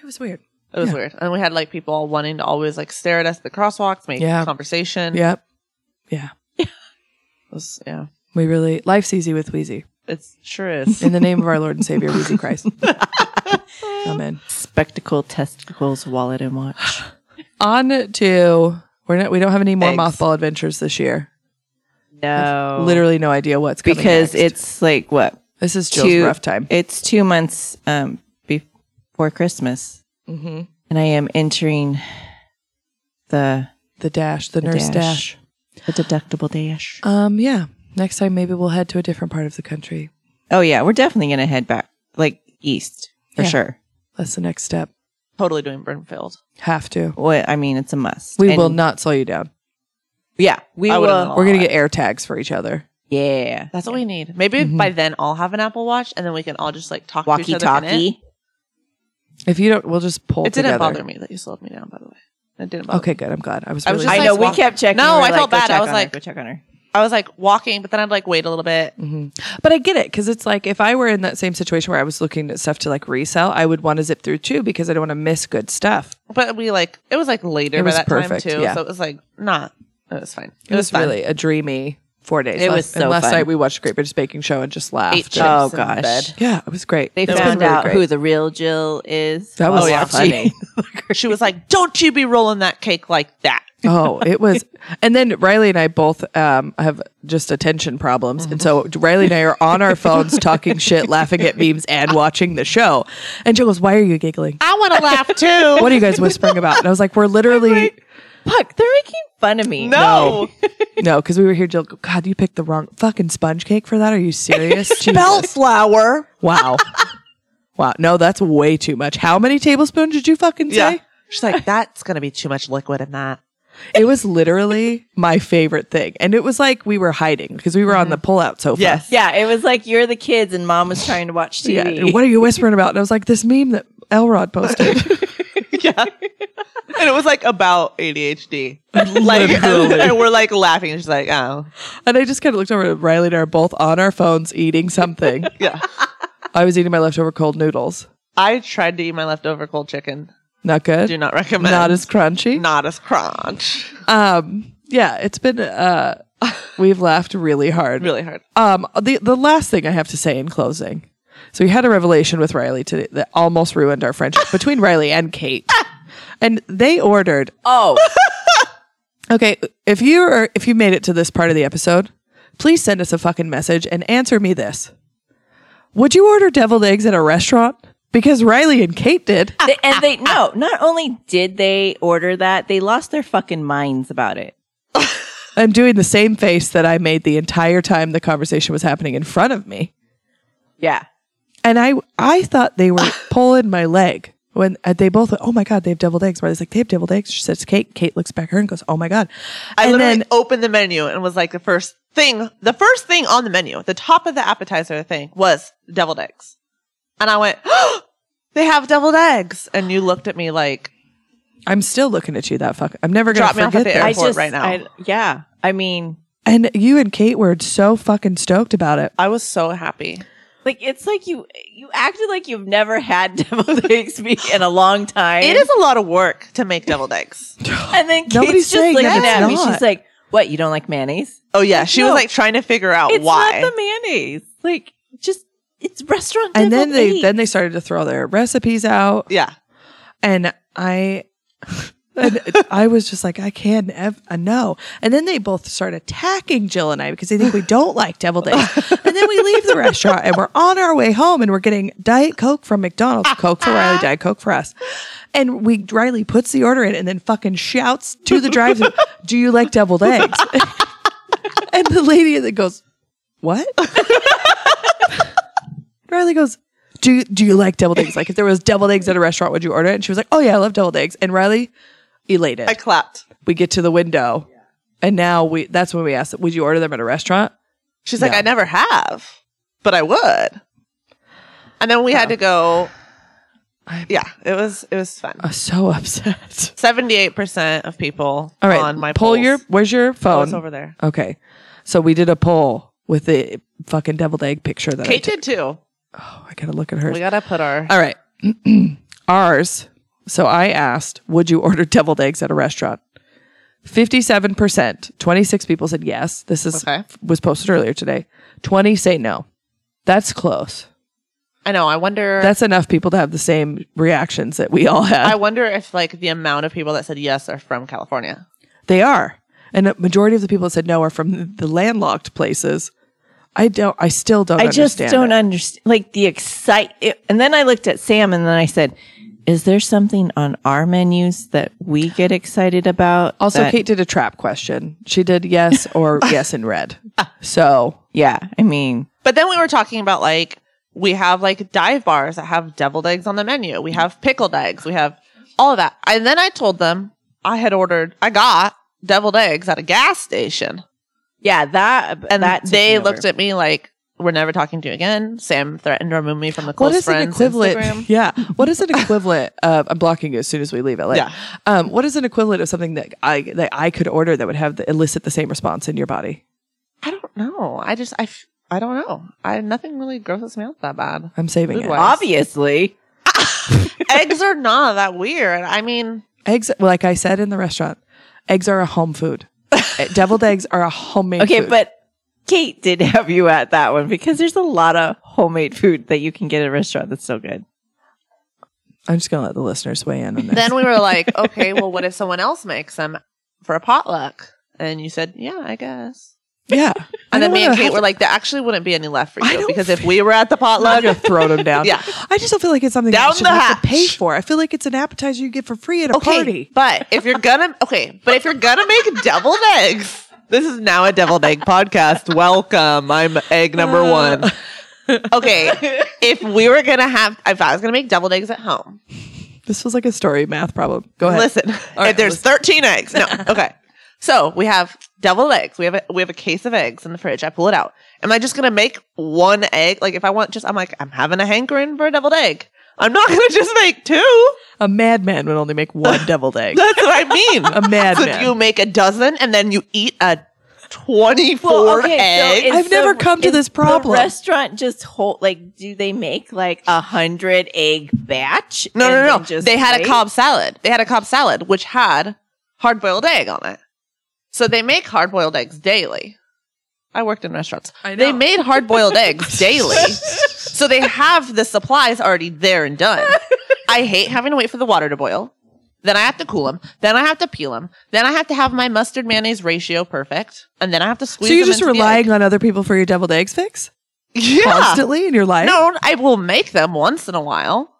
S2: It was weird.
S4: It was weird. And we had like people all wanting to always like stare at us at the crosswalks, make
S2: Yeah.
S4: conversation.
S2: Yep. Yeah,
S4: It was, yeah.
S2: we really life's easy with Wheezy.
S4: It sure is.
S2: In the name of our Lord and Savior Wheezy Christ. Amen.
S3: Spectacle, testicles, wallet, and watch.
S2: On to we're not. We don't have any more
S4: Eggs.
S2: mothball adventures this year.
S3: No,
S2: Literally, no idea what's coming
S3: because
S2: next.
S3: it's like what
S2: this is Jill's rough time.
S3: It's two months um, before Christmas,
S2: hmm
S3: and I am entering the
S2: The dash, the, nurse dash.
S3: dash. the deductible dash.
S2: Um, yeah. Next time, maybe we'll head to a different part of the country.
S3: Oh yeah, we're definitely gonna head back like east for
S2: Yeah.
S3: sure.
S2: That's the next step.
S4: totally doing Brimfield.
S2: Have to.
S3: What I mean, it's a must.
S2: We
S3: And-
S2: will not slow you down.
S3: Yeah, we
S4: I
S3: will.
S4: would've known.
S2: We're gonna get air tags for each other.
S3: Yeah,
S4: That's what we need. Maybe
S2: Mm-hmm.
S4: by then I'll have an Apple Watch and then we can all just like talk to each
S3: walkie
S4: other. in
S3: talkie.
S2: If you don't, we'll just pull.
S4: It, it didn't
S2: together.
S4: bother me that you slowed me down, by the way. It didn't bother
S2: Okay,
S4: me.
S2: good. I'm glad. I was.
S4: I
S2: Really
S4: was just
S3: I
S4: like-
S3: know we
S4: walk-
S3: kept checking.
S4: No,
S3: We were
S4: I felt
S3: "Go
S4: bad.
S3: check
S4: I
S3: on
S4: was
S3: her,
S4: like-
S3: go check on her.
S4: I was like walking, but then I'd like wait a little bit.
S2: Mm-hmm. but I get it because it's like if I were in that same situation where I was looking at stuff to like resell, I would want to zip through too because I don't want to miss good stuff.
S4: But we like, it was like later
S2: It
S4: by
S2: was
S4: that
S2: perfect,
S4: time too.
S2: yeah.
S4: So it was like not, it was fine.
S2: It, was,
S4: fun.
S2: really a dreamy four days.
S3: It
S2: Last-
S3: was
S2: and
S3: so
S2: last
S3: fun.
S2: night we watched Great British Baking Show and just laughed.
S4: Ate
S2: And-
S4: chips
S3: Oh
S4: in the
S3: gosh,
S4: bed.
S2: yeah, it was great.
S3: they
S2: It was
S3: found
S2: really
S3: out
S2: great.
S3: who the real Jill is.
S2: That was
S3: Oh, yeah.
S2: funny.
S3: funny.
S4: She was like, don't you be rolling that cake like that.
S2: oh, it was. And then Riley and I both um, have just attention problems. And so Riley and I are on our phones talking shit, laughing at memes, and watching the show. And Jill goes, Why are you giggling?
S4: I want to laugh too.
S2: What are you guys whispering about? And I was like, We're literally.
S3: Fuck, they're making fun of me.
S4: no.
S2: No, because we were here. Jill, go, God, you picked the wrong fucking sponge cake for that. Are you serious? Jesus.
S4: Bellflower.
S2: Wow. Wow. No, that's way too much. How many tablespoons did you fucking say?
S4: Yeah. She's like, that's going to be too much liquid in that.
S2: It was literally my favorite thing. And it was like we were hiding because we were on the pullout sofa.
S4: Mm-hmm. Yes.
S3: Yeah, it was like you're the kids and mom was trying to watch TV.
S2: Yeah. And what are you whispering about? And I was like, this meme that Elrod posted.
S4: yeah. And it was like about ADHD. Like, and we're like laughing. And she's like, oh,
S2: and I just kind of looked over at Riley and I are both on our phones eating something.
S4: yeah.
S2: I was eating my leftover cold noodles.
S4: I tried to eat my leftover cold chicken.
S2: Not good.
S4: Do not recommend.
S2: Not as crunchy.
S4: not as crunch.
S2: Um, yeah, it's been uh we've laughed really hard.
S4: Really hard.
S2: Um the the last thing I have to say in closing. So we had a revelation with Riley today that almost ruined our friendship between Riley and Kate. And they ordered
S3: Oh,
S2: Okay, if you are if you made it to this part of the episode, please send us a fucking message and answer me this. Would you order deviled eggs at a restaurant? Because Riley and Kate did.
S3: They- and they no. Not only did they order that, they lost their fucking minds about it.
S2: I'm doing the same face that I made the entire time the conversation was happening in front of me.
S3: Yeah,
S2: And I I thought they were pulling my leg when uh, they both went, oh my god they have deviled eggs. Riley's like they have deviled eggs. She says Kate. Kate looks back at her and goes oh my god.
S4: I
S2: and
S4: literally
S2: then
S4: opened the menu and was like, the first thing, the first thing on the menu, the top of the appetizer thing was deviled eggs. And I went, oh, they have deviled eggs. And you looked at me like,
S2: I'm still looking at you that fuck. I'm never gonna
S4: Drop me off at
S2: forget
S4: the
S2: this.
S4: airport. for it right now.
S3: yeah, I mean,
S2: And you and Kate were so fucking stoked about it.
S4: I was so happy.
S3: like it's like you you acted like you've never had deviled eggs be- in a long time.
S4: It is a lot of work to make deviled eggs.
S3: and then Kate's
S2: Nobody's
S3: just
S2: saying
S3: looking
S2: that it's
S3: at me.
S2: not.
S3: She's like, "What? You don't like mayonnaise?
S4: Oh yeah, she
S3: No.
S4: was like trying to figure out
S3: It's
S4: why.
S3: not the mayonnaise. Like, just it's restaurant."
S2: and then
S3: deviled
S2: they
S3: eggs.
S2: then they started to throw their recipes out
S4: yeah,
S2: And I, and I was just like, I can't ev- uh, no. And then they both start attacking Jill and I because they think we don't like deviled eggs. And then we leave the restaurant and we're on our way home and we're getting Diet Coke from McDonald's, Coke for Riley, Diet Coke for us. And we Riley puts the order in and then fucking shouts to the drive-thru, "Do you like deviled eggs?" and the lady that goes, "What?" Riley goes, "Do you, do you like deviled eggs? Like if there was deviled eggs at a restaurant, would you order it?" And she was like, "Oh yeah, I love deviled eggs." And Riley, elated,
S4: I clapped.
S2: we get to the window, and now we that's when we asked, "Would you order them at a restaurant?"
S4: She's like,
S2: No.
S4: I never have, but I would. And then we had to go.
S2: I'm-
S4: Yeah, it was it was fun.
S2: I'm so upset.
S4: Seventy-eight percent of people
S2: All right,
S4: on my
S2: poll
S4: polls.
S2: your where's your
S4: Oh,
S2: phone?
S4: it's over there.
S2: Okay, so we did a poll with the fucking deviled egg picture that I
S4: Kate
S2: took.
S4: did too.
S2: Oh, I gotta look at hers.
S4: We gotta put our
S2: All right. Ours. So I asked, would you order deviled eggs at a restaurant? 57%, 26 people said yes. This is
S4: Okay.
S2: was posted earlier today. 20 say no. That's close.
S4: I know. I wonder.
S2: That's enough people to have the same reactions that we all had.
S4: I wonder if like the amount of people that said yes are from California.
S2: they are. And a majority of the people that said no are from the landlocked places. I don't I still don't
S3: I just
S2: understand
S3: don't
S2: it.
S3: understand. Like the excite. It, and then I looked at Sam and then I said, is there something on our menus that we get excited about?
S2: Also
S3: that-
S2: Kate did a trap question. She did yes or yes in red. So,
S3: Yeah. I mean,
S4: But then we were talking about like we have like dive bars that have deviled eggs on the menu. We have pickled eggs. We have all of that. And then I told them I had ordered. I got deviled eggs at a gas station.
S3: yeah, that.
S4: And
S3: that took
S4: they
S3: me over.
S4: looked at me like, "We're never talking to you again." Sam threatened to remove me from the close
S2: what is an
S4: friends
S2: equivalent?
S4: Instagram.
S2: Yeah. What is an equivalent of? I'm blocking you as soon as we leave LA.
S4: Yeah.
S2: Um, what is an equivalent of something that I that I could order that would have the, elicit the same response in your body?
S4: I don't know. I just I f- I don't know. I nothing really grosses me out that bad.
S2: I'm saving it.
S4: Food-wise.
S3: Obviously.
S4: eggs are not that weird. I mean,
S2: Eggs, well, like I said in the restaurant, eggs are a home food. Eh, Deviled eggs are a homemade.
S3: Okay,
S2: food.
S3: but Kate did have you at that one because there's a lot of homemade food that you can get at a restaurant that's so good.
S2: I'm just gonna let the listeners weigh in on this.
S4: then we were like, okay, well, what if someone else makes them for a potluck? And you said, yeah, I guess.
S2: yeah.
S4: And then me and Kate were
S2: like,
S4: like, there actually wouldn't be any left for
S2: I
S4: you
S2: don't
S4: because if we were at the potluck,
S2: I'm gonna throw them down.
S4: Yeah.
S2: I just don't feel like it's something
S4: Down
S2: that you should
S4: the
S2: have to pay
S4: hatch.
S2: for. I feel like it's an appetizer you get for free at a
S4: okay,
S2: party.
S4: but if you're gonna, okay, but if you're gonna make deviled eggs, this is now a deviled egg podcast. Welcome. I'm egg number
S2: Uh.
S4: one. Okay. If we were gonna have, if I was gonna make deviled eggs at home,
S2: This was like a story math problem. Go ahead.
S4: Listen,
S2: right,
S4: if there's
S2: listen.
S4: 13 eggs. No, okay. So we have deviled eggs. We have a, we have a case of eggs in the fridge. I pull it out. Am I just gonna make one egg? Like if I want, just I'm like I'm having a hankering for a deviled egg. I'm not gonna just make two.
S2: A madman would only make one deviled egg.
S4: That's what I mean.
S2: A
S4: so
S2: madman.
S4: you make a dozen and then you eat a 24 egg.
S2: it's- I've never come to
S3: is
S2: this problem.
S3: The restaurant just hold like, do they make like a hundred egg batch?
S4: no,
S3: and
S4: no, no,
S3: then
S4: no.
S3: just
S4: They had a
S3: wait?
S4: cob salad. They had a cob salad which had hard boiled egg on it. So they make hard boiled eggs daily. I worked in restaurants.
S2: I
S4: They
S2: know.
S4: made hard boiled eggs daily. So they have the supplies already there and done. I hate having to wait for the water to boil. Then I have to cool them. Then I have to peel them. Then I have to have my mustard mayonnaise ratio perfect. And then I have to squeeze
S2: So you're
S4: them
S2: just
S4: into the
S2: relying
S4: egg.
S2: on other people for your deviled eggs fix
S4: yeah.
S2: constantly in your life?
S4: No, I will make them once in a while.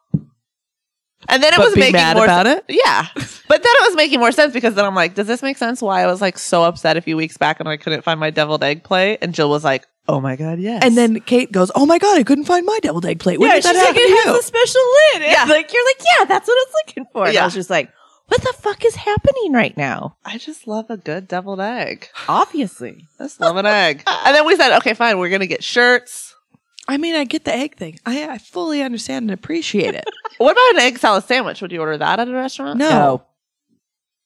S4: And then it
S2: But
S4: was
S2: be
S4: making
S2: mad
S4: more
S2: about
S4: sen-
S2: it?
S4: Yeah. But then it was making more sense because then I'm like, does this make sense why I was like so upset a few weeks back and I couldn't find my deviled egg plate? And Jill was like, Oh my god, yes.
S2: And then Kate goes, "Oh my god, I couldn't find my deviled egg plate. When
S3: yeah,
S2: did that
S3: she's like,
S2: happen
S3: it
S2: to
S3: has
S2: you?"
S3: a special lid. It's
S4: Yeah.
S3: like you're like, yeah, that's what I was looking for. And
S4: Yeah.
S3: I was just like, what the fuck is happening right now?
S4: I just love a good deviled egg.
S3: Obviously.
S4: I just love an egg. And then we said, Okay, fine, we're gonna get shirts.
S2: I mean, I get the egg thing. I, I fully understand and appreciate it.
S4: What about an egg salad sandwich? Would you order that at a restaurant?
S2: No,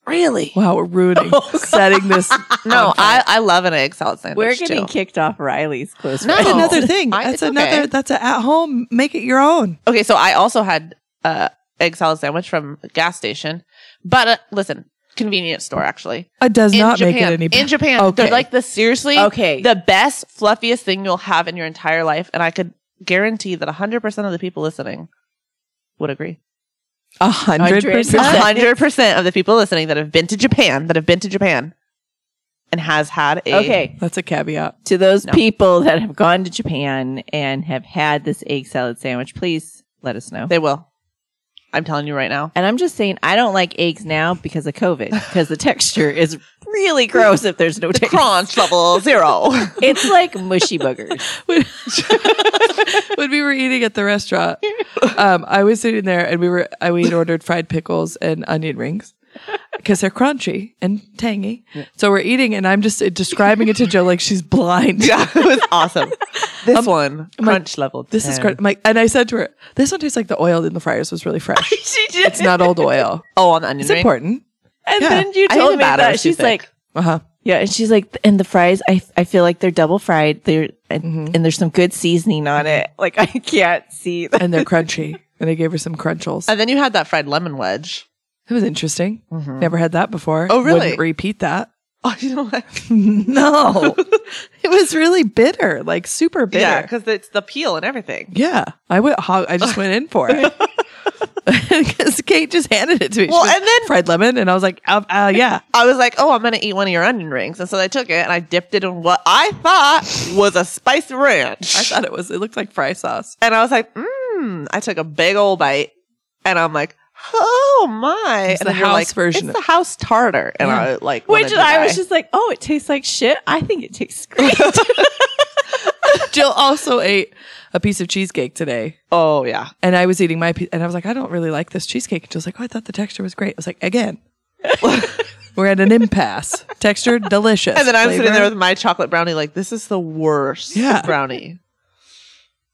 S4: Really?
S2: wow, we're ruining setting this. Uh-uh.
S4: No, Oh, I, I love an egg salad sandwich.
S3: We're getting
S4: too.
S3: kicked off Riley's close
S4: No.
S3: friends.
S2: That's another thing.
S4: I-
S2: that's
S4: it's
S2: another.
S4: okay.
S2: That's a at home. Make it your own.
S4: Okay, so I also had uh, egg salad sandwich from a gas station, but uh, listen, convenience store actually.
S2: It does
S4: In
S2: not
S4: Japan,
S2: make it any
S4: in Japan,
S2: Okay.
S4: they're like the seriously
S3: Okay.
S4: the best fluffiest thing you'll have in your entire life, and I could guarantee that hundred percent of the people listening would agree.
S2: A hundred
S3: Hundred
S4: A
S2: percent.
S3: percent.
S4: hundred percent of the people listening that have been to Japan, that have been to Japan, and has had a
S3: Okay.
S2: That's a caveat.
S3: To those
S4: No.
S3: people that have gone to Japan and have had this egg salad sandwich, please let us know.
S4: They will. I'm telling you right now.
S3: And I'm just saying, I don't like eggs now because of COVID, because the texture is really gross if there's no
S4: The
S3: taste.
S4: crunch level zero.
S3: It's like mushy boogers.
S2: when when we were eating at the restaurant, um, I was sitting there and we were I we had ordered fried pickles and onion rings because they're crunchy and tangy. So we're eating and I'm just uh, describing it to Joe like she's blind.
S4: yeah, it was awesome. This one crunch level.
S2: Um, This is
S4: 10.
S2: cr- like, and I said to her, "This one tastes like the oil in the fryers was really fresh.
S3: she did.
S2: It's not old oil.
S4: Oh, on the onion
S2: It's
S4: ring.
S2: important."
S3: and
S4: Yeah.
S3: then you
S4: I think
S3: told me
S4: about it,
S3: that.
S4: it's too
S3: She's
S4: thick.
S3: like,
S2: Uh huh.
S3: yeah, and she's like, and the fries, I, I feel like they're double fried. They're and,
S2: Mm-hmm.
S3: and there's some good seasoning on it. Like I can't see. that.
S2: And they're crunchy. And I gave her some crunchles.
S4: And then you had that fried lemon wedge.
S2: It was interesting. Never had that before.
S4: Mm-hmm. Oh, really?
S2: Wouldn't repeat that.
S4: Oh, you know what?
S2: no, it was really bitter, like super bitter.
S4: Yeah, because it's the peel and everything.
S2: Yeah, I went. Hog- I just went in for it because Kate just handed it to me. She
S4: Well,
S2: goes,
S4: and then-
S2: fried lemon, and I was like, uh, uh, "Yeah,
S4: I was like, oh, I'm going to eat one of your onion rings. And so I took it and I dipped it in what I thought was a spicy ranch.
S2: I thought it was. It looked like fry sauce."
S4: and I was like, mmm. I took a big old bite and I'm like, oh my.
S2: It's
S4: and
S2: the
S4: then you're
S2: house
S4: like,
S2: version
S4: It's the house tartar. And I like,
S3: Which
S4: wanted to
S3: I was
S4: die.
S3: just like, oh, it tastes like shit. I think it tastes great.
S2: Jill also ate a piece of cheesecake today,
S4: oh, yeah.
S2: and I was eating my piece, and I was like, "I don't really like this cheesecake." And Jill's like, "Oh, I thought the texture was great." I was like, "Again, we're at an impasse. Texture delicious."
S4: And then I'm sitting there
S2: Flavor-
S4: with my chocolate brownie, like, this is the worst
S2: Yeah.
S4: brownie.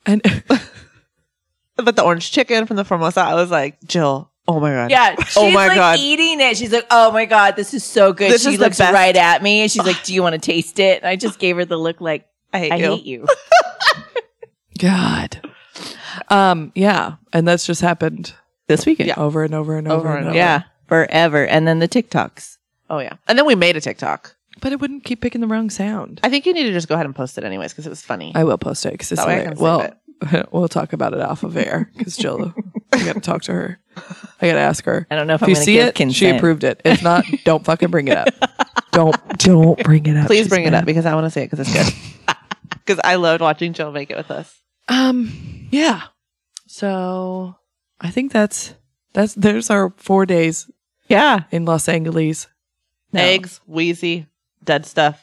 S2: and
S4: But the orange chicken from the Formosa, I was like, Jill, oh my God.
S3: Yeah. She's
S4: Oh my
S3: like
S4: God.
S3: eating it. She's like, oh my God, this is so good.
S4: This
S3: she
S4: is the
S3: looks
S4: best.
S3: right at me and she's like, do you want to taste it? And I just gave her the look like,
S4: I hate
S3: I
S4: you.
S3: hate you.
S2: God, um, yeah, and that's just happened
S3: This weekend.
S2: over and over and over,
S4: Over
S2: and
S4: and
S2: over.
S3: Yeah. Forever. And then the TikToks.
S4: Oh, yeah. And then we made a TikTok.
S2: but it wouldn't keep picking the wrong sound.
S4: I think you need to just go ahead and post it anyways because it was funny.
S2: I will post it because it's
S4: That way I
S2: hilarious.
S4: can save
S2: well. we'll talk about it off of air because Jill, I got to talk to her. I got to ask her.
S3: I don't know if
S2: If
S3: I'm
S2: you
S3: going to
S2: see
S3: give
S2: it, she
S3: consent.
S2: approved it. If not, don't fucking bring it up. Don't don't bring it up.
S4: Please
S2: She's
S4: bring it
S2: mad.
S4: up because I want to see it because it's good. Because I loved watching Jill make it with us.
S2: Um. Yeah. So I think that's that's there's our four days
S4: Yeah.
S2: in Los Angeles.
S3: No.
S4: Eggs, wheezy, dead stuff,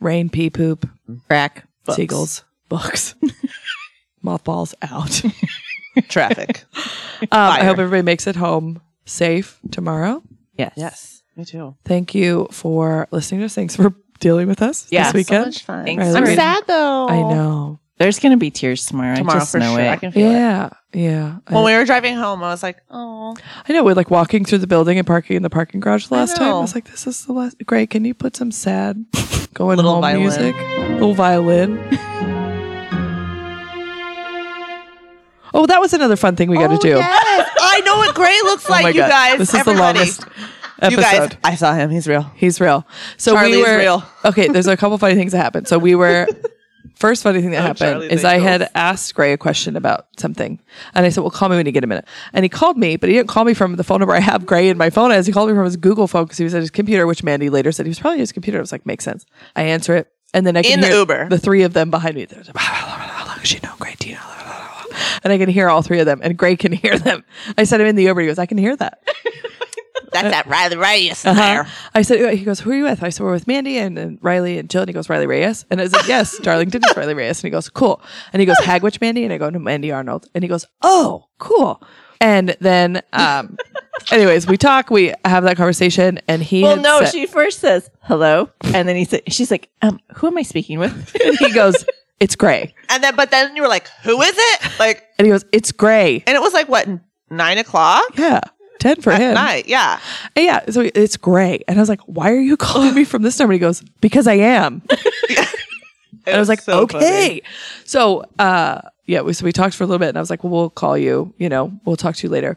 S2: Rain, pee, poop,
S3: Crack.
S4: books,
S2: seagulls, books, mothballs out.
S4: traffic.
S2: Um, I
S4: Fire.
S2: hope everybody makes it home safe tomorrow.
S3: Yes.
S4: yes. Me too.
S2: Thank you for listening to us. Thanks for dealing with us
S3: Yeah,
S2: this
S3: so
S2: weekend.
S4: fun.
S3: Thanks
S2: I'm for-
S4: sad though.
S2: I know.
S3: There's going to be tears tomorrow.
S4: Tomorrow
S3: I just
S4: for
S3: know
S4: sure.
S3: it.
S4: I can feel it.
S2: Yeah. Yeah.
S4: When
S2: I,
S4: we were driving home, I was like, oh.
S2: I know. We're like walking through the building and parking in the parking garage the
S4: I
S2: last time. I
S4: know.
S2: was like, this is the last. Great. Can you put some sad going
S4: Little
S2: home
S4: violin.
S2: music? Little violin. oh, that was another fun thing we got to do.
S4: Yes. I know what gray looks
S2: Oh
S4: like,
S2: my
S4: Oh, you
S2: God.
S4: guys.
S2: This is
S4: Everybody.
S2: the longest
S4: You
S2: episode.
S4: guys, I saw him. He's real.
S2: He's real. So
S4: Charlie's
S2: we were
S4: real.
S2: okay. There's a couple funny things that happened. So we were first funny thing that
S4: Oh,
S2: happened
S4: Charlie's
S2: is I had
S4: Angels.
S2: asked Gray a question about something, and I said, "Well, call me when you get a minute." And he called me, but he didn't call me from the phone number I have Gray in my phone. As he called me from his Google phone because he was at his computer, which Mandy later said he was probably at his computer. I was like, makes sense. I answer it, and then I can
S4: In the
S2: hear
S4: Uber.
S2: the three of them behind me. They're like, How long has she known Gray? Do you know? And I can hear all three of them, and Gray can hear them. I said, "I'm in the Uber." He goes, "I can hear that."
S4: That's that Riley Reyes
S2: Uh-huh. I said, he goes, who are you with? I said, we're with Mandy and, and Riley and Jill. And he goes, Riley Reyes. And I was like, yes, Darlington is Riley Reyes. And he goes, cool. And he goes, Hagwitch Mandy. And I go, no, Mandy Arnold. And he goes, oh, cool. And then, um, anyways, we talk, we have that conversation and he,
S3: Well,
S2: had
S3: no,
S2: said-
S3: she first says hello, and then he said, "She's like, um, who am I speaking with?"
S2: and he goes, it's gray.
S4: And then, but then you were like, who is it? Like,
S2: And he goes, it's gray.
S4: and it was like, what, nine o'clock?
S2: Yeah. 10 for
S4: At
S2: him.
S4: night. Yeah.
S2: And yeah. So it's gray. And I was like, why are you calling me from this number? And he goes, because I am.
S4: It
S2: and I was like,
S4: so funny.
S2: okay. So, uh, yeah, we, so we talked for a little bit and I was like, well, we'll call you, you know, we'll talk to you later.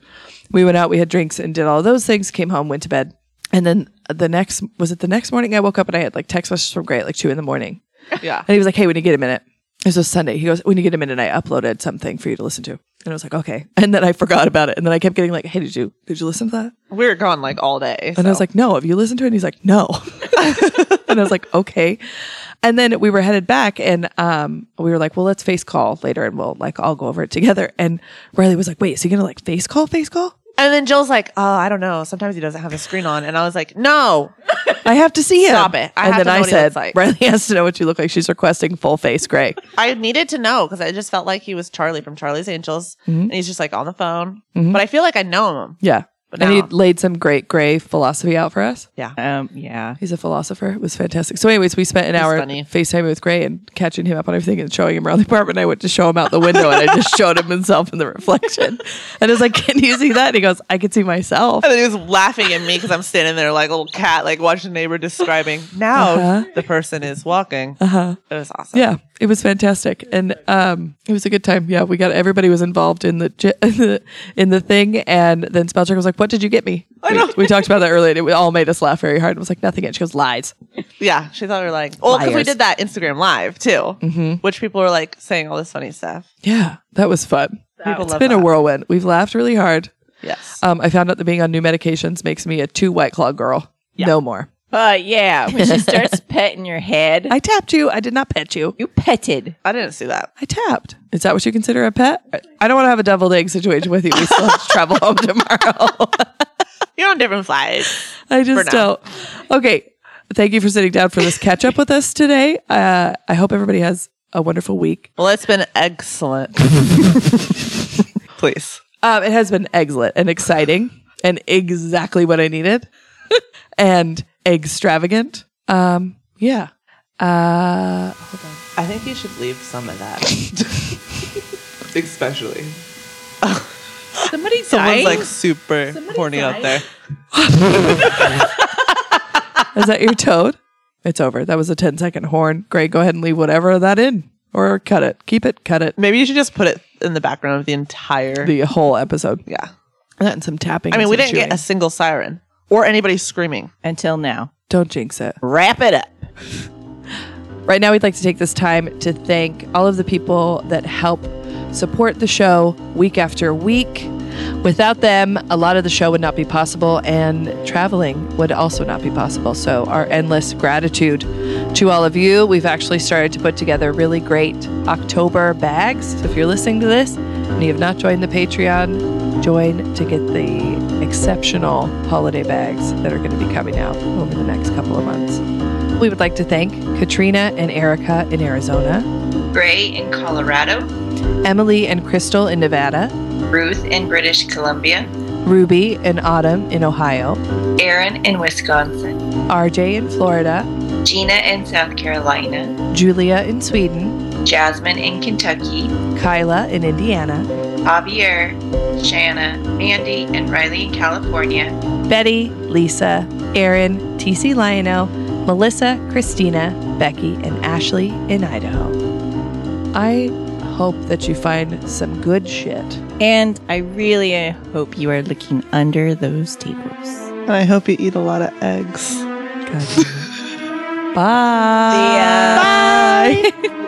S2: We went out, we had drinks and did all those things, came home, went to bed. And then the next, was it the next morning I woke up and I had like text messages from Gray at like two in the morning.
S4: Yeah.
S2: And he was like, hey, when you get a minute, this was Sunday. He goes, when you get a minute, I uploaded something for you to listen to. And I was like, okay. And then I forgot about it. And then I kept getting like, hey, did you did you listen to that?
S4: We were gone like all day.
S2: And I was
S4: so-
S2: like, no, have you listened to it? And he's like, no. and I was like, okay. And then we were headed back and um, we were like, well, let's face call later and we'll like all go over it together. And Riley was like, wait, is he going to like face call, face call?
S4: and then Jill's like, oh, I don't know. Sometimes he doesn't have his screen on, and I was like, no,
S2: I have to see him.
S4: Stop it. I
S2: and
S4: have
S2: then
S4: to know
S2: I
S4: what he
S2: said,
S4: looks like.
S2: Riley has to know what you look like. She's requesting full face gray.
S4: I needed to know because I just felt like he was Charlie from Charlie's Angels,
S2: Mm-hmm.
S4: and he's just like on the phone.
S2: Mhm.
S4: But I feel like I know him.
S2: Yeah.
S4: But
S2: And he
S4: now-
S2: laid some great gray philosophy out for us.
S3: Um, yeah.
S2: He's a philosopher. It was fantastic. So, anyways, we spent an
S4: He's
S2: hour
S4: funny.
S2: FaceTiming with Gray and catching him up on everything and showing him around the apartment. I went to show him out the window and I just showed him himself in the reflection. And I was like, Can you see that? And he goes, I can see myself.
S4: And then he was laughing at me because I'm standing there like a little cat, like watching the neighbor describing. Now
S2: Uh-huh.
S4: the person is walking.
S2: Uh huh.
S4: It was awesome.
S2: Yeah, it was fantastic, and um, it was a good time. Yeah, we got everybody was involved in the j- in the, in the thing, and then Spellchecker was like, "What did you get me?" We, we talked about that earlier. and It all made us laugh very hard. It was like nothing. And she goes, "Lies."
S4: Yeah, she thought we were like, well, because we
S2: Liars. Mm-hmm.
S4: did that Instagram live too, which people were like saying all this funny stuff.
S2: Yeah, that was fun.
S4: People
S2: It's
S4: love
S2: been a
S4: that.
S2: whirlwind. We've laughed really hard.
S4: Yes.
S2: Um, I found out that being on new medications makes me a two white claw girl. No more.
S3: Uh, yeah. When she starts petting your head,
S2: I tapped you. I did not pet you.
S3: you petted.
S4: I didn't see that.
S2: I tapped. Is that what you consider a pet? I don't want to have a deviled egg situation with you. We still have to travel home tomorrow.
S4: You're on different flights.
S2: I just
S4: now.
S2: don't. Okay. Thank you for sitting down for this catch up with us today. Uh, I hope everybody has a wonderful week.
S4: Well, it's been excellent. Please.
S2: Um, it has been excellent and exciting and exactly what I needed and extravagant. Um, yeah. Uh,
S4: I think you should leave some of that. Especially.
S3: Somebody
S4: Someone's
S3: dying?
S4: like super horny out there.
S2: is that your toad? It's over. That was a 10 second horn. Great. Go ahead and leave whatever of that in or cut it. Keep it, cut it.
S4: Maybe you should just put it in the background of the entire.
S2: The whole episode.
S4: yeah.
S2: That and some tapping.
S4: I mean,
S2: and
S4: we
S2: some
S4: didn't get a
S2: chewing.
S4: single siren or anybody screaming.
S3: Until now.
S2: Don't jinx it.
S3: Wrap it up.
S2: Right now, we'd like to take this time to thank all of the people that help support the show week after week. Without them, a lot of the show would not be possible, and traveling would also not be possible. So, our endless gratitude to all of you. We've actually started to put together really great October bags. So, if you're listening to this and you have not joined the Patreon, join to get the exceptional holiday bags that are going to be coming out over the next couple of months. We would like to thank Katrina and Erica in Arizona,
S5: Gray in Colorado,
S2: Emily and Crystal in Nevada,
S5: Ruth in British Columbia,
S2: Ruby and Autumn in Ohio,
S5: Aaron in Wisconsin,
S2: RJ in Florida,
S5: Gina in South Carolina,
S2: Julia in Sweden,
S5: Jasmine in Kentucky,
S2: Kyla in Indiana,
S5: Javier, Shanna, Mandy, and Riley in California,
S2: Betty, Lisa, Erin, TC Lionel, Melissa, Christina, Becky, and Ashley in Idaho. I hope that you find some good shit.
S3: And I really uh, hope you are looking under those tables.
S4: And I hope you eat a lot of eggs.
S2: God damn it. Bye. Bye.